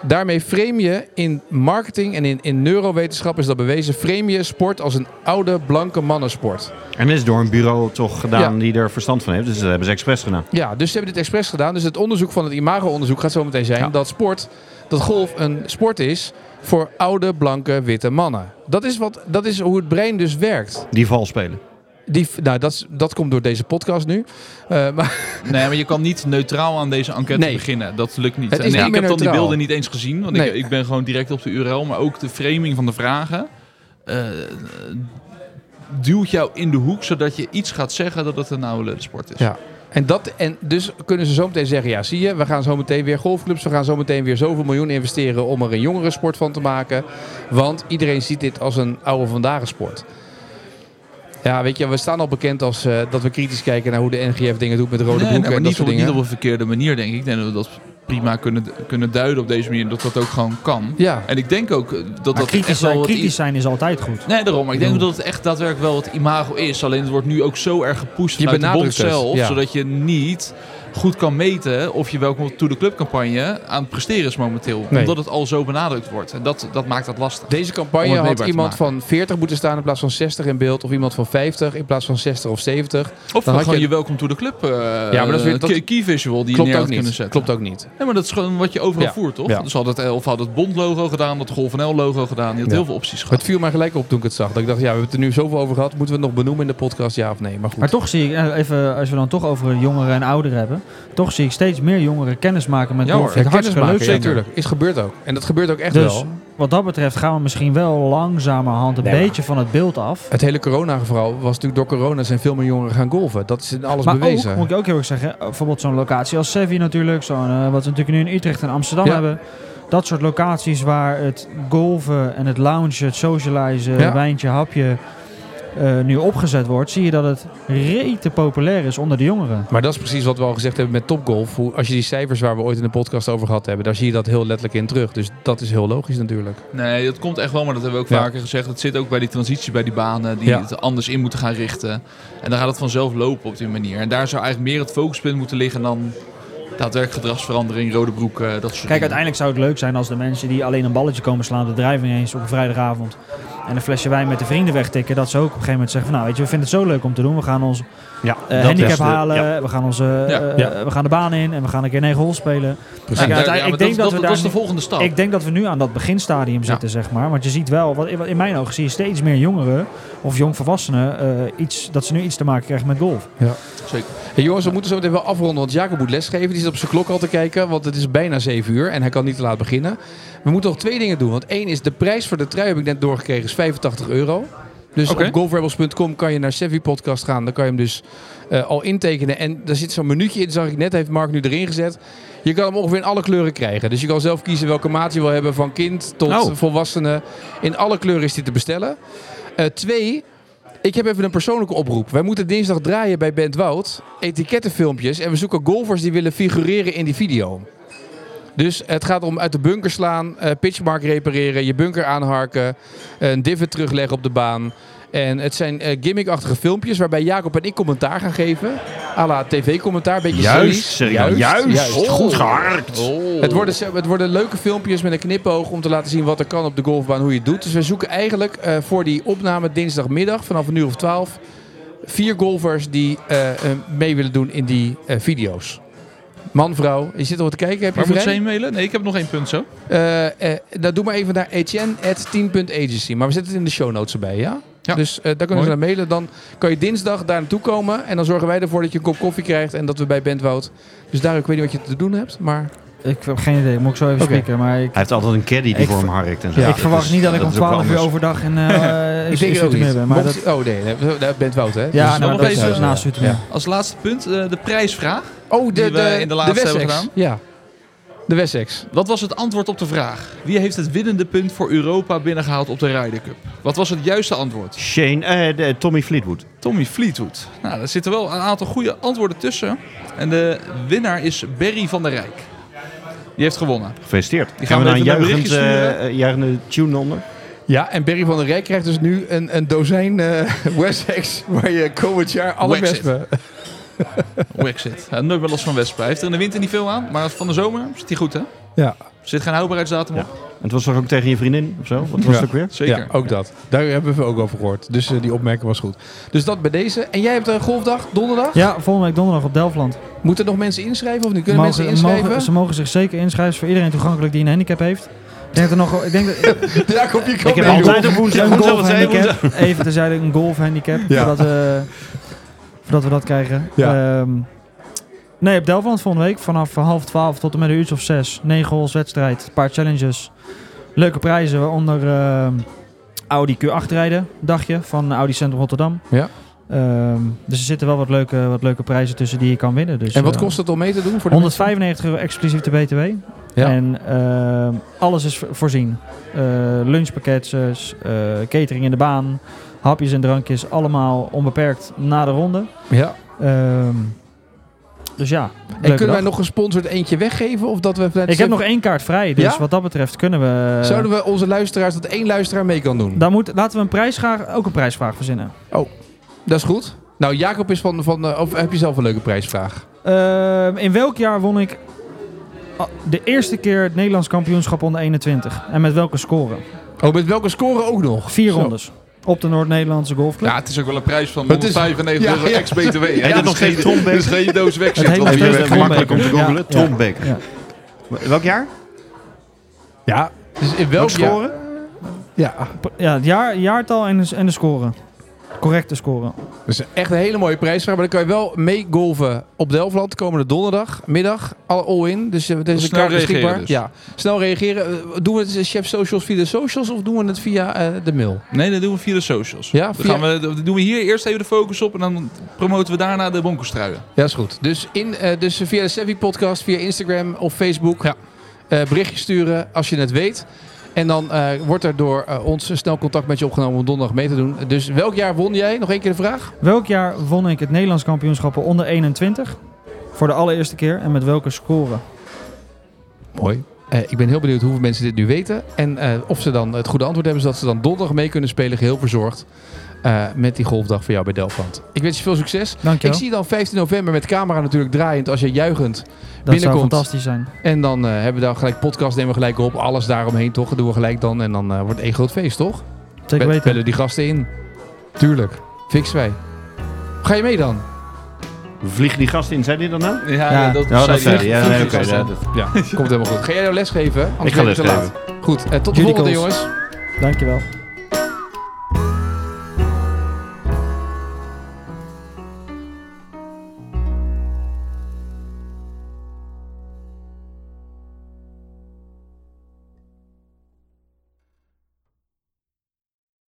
A: Daarmee frame je in marketing en in, in neurowetenschap is dat bewezen. Frame je sport als een oude blanke mannensport.
C: En dat is door een bureau toch gedaan
A: Ja.
C: die er verstand van heeft. Dus dat hebben ze expres gedaan.
A: Ja, dus ze hebben dit expres gedaan. Dus het onderzoek van het imago-onderzoek gaat zo meteen zijn
D: Ja.
A: dat sport, dat golf een sport is voor oude blanke witte mannen. Dat is, wat, dat is hoe het brein dus werkt.
C: Die val spelen.
A: Die, nou, dat, is- dat komt door deze podcast nu. Eh, maar
D: Nee, maar je kan niet neutraal aan deze enquête
A: Nee.
D: beginnen. Dat lukt niet.
A: Het is
D: En
A: niet
D: ik
A: meer
D: heb dan die
A: neutraal.
D: beelden niet eens gezien, want
A: Nee.
D: ik, ik ben gewoon direct op de URL. Maar ook de framing van de vragen eh, duwt jou in de hoek, zodat je iets gaat zeggen dat het een oude lullensport is.
A: Ja. En, dat, en dus kunnen ze zo meteen zeggen, ja zie je, we gaan zo meteen weer golfclubs, we gaan zo meteen weer zoveel miljoen investeren om er een jongere sport van te maken. Want iedereen ziet dit als een oude vandaag sport. Ja, weet je, we staan al bekend als eh, dat we kritisch kijken naar hoe de NGF dingen doet met rode
D: Nee, nee,
A: boeken en
D: maar
A: dat
D: niet, op,
A: soort
D: niet
A: dingen.
D: op een verkeerde manier, denk ik. Ik denk dat we dat prima kunnen, kunnen duiden op deze manier, dat dat ook gewoon kan.
A: Ja,
D: En ik denk ook eh, dat
B: Maar
D: dat echt
B: kritisch,
D: wel
B: zijn,
D: wat i-
B: kritisch zijn is altijd goed.
D: Nee, daarom. Maar ik denk dat het echt daadwerkelijk wel het imago is. Alleen het wordt nu ook zo erg gepusht
A: Je
D: vanuit de bond
A: benadrukt het,
D: zelf.
A: ja.
D: Zodat je niet goed kan meten of je welkom to the club campagne aan het presteren is momenteel.
A: Nee.
D: Omdat het al zo benadrukt wordt. En dat, dat maakt dat lastig.
A: deze
D: Om
A: campagne
D: het
A: had
D: meetbaar te
A: iemand
D: maken.
A: van 40 moeten staan in plaats van 60 in beeld. Of iemand van 50 in plaats van 60 of 70.
D: Of
A: Dan had
D: gewoon
A: je-
D: je welkom to the club eh,
A: maar dat is weer-
D: eh,
A: dat-
D: key- key visual die je
A: Klopt
D: neer
A: ook
D: had
A: niet.
D: kunnen zetten.
A: Klopt ook niet.
D: Nee, maar dat is gewoon wat je overal
A: Ja.
D: voert, toch?
A: Ja.
D: Dus had het, eh, of had het Bond logo gedaan, had het Golf NL logo gedaan. Je had
A: Ja.
D: heel veel opties gehad.
A: Het viel mij gelijk op toen ik het zag. Dat ik dacht, ja, we hebben het er nu zoveel over gehad. Moeten we het nog benoemen in de podcast, ja of nee? Maar goed.
B: Maar toch zie ik, eh, even, als we dan toch over jongeren en ouderen hebben, toch zie ik steeds meer jongeren kennis maken met
D: Ja
B: golf.
D: hoor,
B: Vind ik
A: kennis
B: hartstikke
A: maken,
B: leuk
A: ja,
B: vinden.
A: natuurlijk. Is gebeurd ook. En dat gebeurt ook echt
B: Dus-
A: wel.
B: Wat dat betreft gaan we misschien wel langzamerhand een
A: Nee, maar-
B: beetje van het beeld af.
A: Het hele corona-geval was natuurlijk door corona zijn veel meer jongeren gaan golven. Dat is in alles
B: maar
A: bewezen.
B: ook, moet ik ook heel erg zeggen, eh, bijvoorbeeld zo'n locatie als Sevi natuurlijk, zo'n, eh, wat we natuurlijk nu in Utrecht en Amsterdam
A: Ja.
B: hebben. Dat soort locaties waar het golven en het loungen, het socializen,
A: Ja.
B: wijntje, hapje eh, nu opgezet wordt, zie je dat het rete populair is onder de jongeren.
A: Maar dat is precies wat we al gezegd hebben met Topgolf. Hoe, als je die cijfers waar we ooit in de podcast over gehad hebben, daar zie je dat heel letterlijk in terug. Dus dat is heel logisch natuurlijk.
D: Nee, dat komt echt wel, maar dat hebben we ook
A: Ja.
D: vaker gezegd. Het zit ook bij die transitie, bij die banen, die
A: Ja.
D: het anders in moeten gaan richten. En dan gaat het vanzelf lopen op die manier. En daar zou eigenlijk meer het focuspunt moeten liggen dan daadwerkelijk gedragsverandering, rode broeken, dat soort
B: Kijk,
D: dingen.
B: uiteindelijk zou het leuk zijn als de mensen die alleen een balletje komen slaan, de drijving eens op een vrijdagavond. en een flesje wijn met de vrienden wegtikken, dat ze ook op een gegeven moment zeggen van nou weet je, we vinden het zo leuk om te doen. We gaan ons
C: Ja,
B: eh,
C: dat
B: handicap
C: is de-
B: halen,
C: ja.
B: we, gaan onze, eh,
D: Ja.
B: eh,
A: Ja.
B: we gaan de baan in en we gaan een keer negen hol spelen.
A: Precies.
B: Ja,
D: Ja,
B: uiteindelijk-
D: maar
B: ik denk dat we daar
D: is de
B: niet-
D: volgende stap.
B: Ik denk dat we nu aan dat beginstadium zitten, zeg maar. Want je ziet wel, wat wat in mijn ogen zie je steeds meer jongeren of jongvolwassenen eh, iets, dat ze nu iets te maken krijgen met golf.
A: Hey, jongens, we moeten zo meteen wel afronden, want Jacob moet lesgeven. Die zit op zijn klok al te kijken, want het is bijna 7 uur en hij kan niet te laat beginnen. We moeten nog twee dingen doen, want één is de prijs voor de trui, heb ik net doorgekregen, is 85 euro. Dus
D: Oké.
A: op golfrebels.com kan je naar Sevi Podcast gaan. Dan kan je hem dus eh, al intekenen. En daar zit zo'n minuutje in, zag ik net, heeft Mark nu erin gezet. Je kan hem ongeveer in alle kleuren krijgen. Dus je kan zelf kiezen welke maat je wil hebben, van kind tot
C: Oh.
A: volwassenen. In alle kleuren is die te bestellen. Eh, twee, ik heb even een persoonlijke oproep. Wij moeten dinsdag draaien bij Bent Woud. Etikettenfilmpjes. En we zoeken golfers die willen figureren in die video. Dus het gaat om uit de bunker slaan, eh, pitchmark repareren, je bunker aanharken, een divot terugleggen op de baan. En het zijn eh, gimmickachtige filmpjes waarbij Jacob en ik commentaar gaan geven. À la tv-commentaar, beetje
C: Juist,
A: silly. Oh.
C: zeg ik dan. Juist. Oh. Goed geharkt.
A: Het worden, se- het worden leuke filmpjes met een knipoog om te laten zien wat er kan op de golfbaan, hoe je het doet. Dus we zoeken eigenlijk eh, voor die opname dinsdagmiddag vanaf een uur of twaalf vier golfers die eh, eh, mee willen doen in die eh, video's. Man, vrouw, je zit al te kijken, heb je
D: Waar moet ze
A: vrij?
D: heen mailen? Nee, ik heb nog één punt zo.
A: Eh, eh, nou, doe maar even naar etienne.10.agency. Maar we zetten het in de show notes erbij, ja?
D: Ja.
A: Dus eh, daar kunnen
D: Mooi.
A: ze naar mailen. Dan kan je dinsdag daar naartoe komen. En dan zorgen wij ervoor dat je een kop koffie krijgt. En dat we bij Bentwoud. Dus daar, ik weet niet wat je te doen hebt. Maar
B: Ik heb geen idee, moet ik zo even
A: Oké.
B: spieken. Maar ik,
C: Hij heeft altijd een caddy die
B: Ik
C: voor hem
B: ver-
C: harkt en zo.
A: Ja, Dus
B: ik verwacht
C: is-
B: niet dat ik om
C: is ook wel
B: 12 uur
C: anders.
B: overdag in, eh
A: ik denk
B: in
A: het ook niet.
B: Zoetermeer ben. Maar
A: Mocht-
B: dat,
A: Oh nee, nee, dat bent Wout, hè?
B: ja,
D: Dus
B: nou,
D: nog
B: dat
D: even-
B: is naast Zoetermeer.
A: Ja.
D: Als laatste punt, eh, de prijsvraag.
A: Oh, de,
D: Die we
A: de,
D: in de laatste
A: Wessex.
D: hebben gedaan.
A: Ja, de Wessex.
D: Wat was het antwoord op de vraag? Wie heeft het winnende punt voor Europa binnengehaald op de Ryder Cup? Wat was het juiste antwoord?
C: Shane, eh, de- Tommy Fleetwood.
D: Tommy Fleetwood. Nou, daar zitten wel een aantal goede antwoorden tussen. En de winnaar is Barry van der Rijk. Die heeft gewonnen.
C: Gefeliciteerd.
D: gaan
C: Gaan we
D: we
C: daar een
D: even een
C: juichend,
D: berichtje sturen.
C: eh, eh, juichende tune onder?
A: Ja, en Berry van der Rijk krijgt dus nu een, een dozijn eh Wessex. Waar je komend jaar alle
D: Wexit.
A: wespen...
D: Wexit. Ja, nooit meer los van Wespen. Hij heeft er in de winter niet veel aan, maar van de zomer zit hij goed, hè?
A: Ja.
D: Zit geen houdbaarheidsdatum op?
C: En het was toch ook tegen je vriendin of zo? Wat was
A: Ja.
C: het ook weer?
D: Zeker.
A: Ja, ook dat. Daar hebben we ook over gehoord. Dus eh, die opmerking was goed. Dus dat bij deze. En jij hebt een golfdag, donderdag.
B: Ja, volgende week donderdag op Delftland.
A: Moeten nog mensen inschrijven of niet? Kunnen mensen inschrijven?
B: mogen- ze mogen zich zeker inschrijven. is voor iedereen toegankelijk die een handicap heeft. Ik denk dat er nog... Ik denk dat,
A: Ja, kom je kan
B: Ik heb
A: meedoen.
C: altijd op woensdag.
B: een
C: Woensdag was hij,
B: golfhandicap. Even terzijde, een golfhandicap.
A: Ja.
B: Voordat, we, voordat we dat krijgen.
A: Ja.
B: Ehm, nee, op Delftland volgende week. Vanaf half twaalf tot en met een uurtje of zes. Negen holes wedstrijd. Een paar challenges. Leuke prijzen. Waaronder ehm, Audi Q8 rijden. Dagje van Audi Centrum Rotterdam.
A: Ja.
B: Ehm, dus er zitten wel wat leuke, wat leuke prijzen tussen die je kan winnen. Dus,
A: En wat
B: eh,
A: kost het om mee te doen? Voor de
B: 195 euro exclusief de BTW.
A: Ja.
B: En ehm, alles is v- voorzien. Eh lunchpakketjes, eh, catering in de baan, hapjes en drankjes. Allemaal onbeperkt na de ronde.
A: mensen? Ja.
B: Ehm, dus ja,
A: En
B: leuke
A: kunnen wij
B: dag.
A: nog gesponsord eentje weggeven? Of dat we vanuit
B: Ik heb
A: Sev-
B: nog Eh, één kaart vrij, dus
A: Ja?
B: wat dat betreft kunnen we...
A: Zouden we onze luisteraars dat één luisteraar mee kan doen?
B: Daar moet, laten we een prijsvraag, ook een prijsvraag verzinnen.
A: Dat is goed. Nou, Jacob is van... van eh, of heb je zelf een leuke prijsvraag?
B: Ehm, in welk jaar won ik ah, de eerste keer het Nederlands kampioenschap onder 21? En met welke score?
A: Oh, met welke score ook nog?
B: Vier
A: Zo.
B: rondes. Op de Noord-Nederlandse golfclub.
D: Ja, het is ook wel een prijs van
A: Het is-
D: 195
A: Ja,
D: euro
A: ja.
D: ex-BTW. Ja,
C: dat
D: dat
C: nog
D: is
C: geen
D: geen,
C: Trombeker?
D: dat is geen doos
B: Het
D: wegzit.
B: heet
D: want
B: nog
D: die
B: steeds
D: werd-
B: Trombeker.
C: makkelijk om te googlen.
B: Ja.
C: Trombeker.
B: Ja.
C: Welk jaar?
A: Ja. Dus in welk
C: Welk
A: jaar?
C: scoren?
A: Ja.
B: Ja, het jaar, jaartal en de, en de score. Correcte score.
A: Dat is echt een hele mooie prijsvraag. Maar dan kan je wel meegolven op Delftland komende donderdag, middag, alle all-in. Dus eh, deze
D: Snel
A: kaart beschikbaar.
D: reageren dus.
A: Ja, snel reageren. Eh, Doen we het eh, chef socials via de socials of doen we het via eh, de mail?
D: Nee, dat doen we via de socials.
A: Ja,
D: Dan
A: via-
D: gaan we, dan doen we hier eerst even de focus op en dan promoten we daarna de bonkerstruien.
A: Ja, is goed. Dus, in, eh, dus via de Savvy Podcast, via Instagram of Facebook.
D: Ja.
A: Eh, berichtje sturen als je het weet. En dan eh, wordt er door eh, ons snel contact met je opgenomen om donderdag mee te doen. Dus welk jaar won jij? Nog één keer de vraag.
B: Welk jaar won ik het Nederlands kampioenschap onder 21? Voor de allereerste keer en met welke score?
A: Mooi. Eh, ik ben heel benieuwd hoeveel mensen dit nu weten. En eh, of ze dan het goede antwoord hebben, zodat ze dan donderdag mee kunnen spelen, geheel verzorgd. eh, met die golfdag voor jou bij Delftland. Ik wens je veel succes. Ik
B: Dankjewel.
A: zie je dan 15 november met camera natuurlijk draaiend als je juichend.
B: Dat zou
A: binnenkomt.
B: fantastisch zijn.
A: En dan eh, hebben we daar gelijk podcast, nemen we gelijk op. Alles daaromheen toch, doen we gelijk dan. En dan eh, wordt het één groot feest, toch?
B: Zeker
A: Be-
B: weten.
A: bellen die gasten in. Tuurlijk. Fixen wij. Ga je mee dan?
C: Vliegen die gasten in, zei die dat nou?
D: Ja,
B: Ja.
D: dat,
C: Ja, dat
D: zei hij.
C: zei hij. Ja, nee, oké, dat-
A: Ja, komt helemaal goed. Ga jij nou lesgeven? Anders
C: Ik ga
A: ben je te
C: lesgeven.
A: laat. Goed, eh, tot de
B: Jullie
A: volgende
B: kans.
A: jongens.
B: Dankjewel.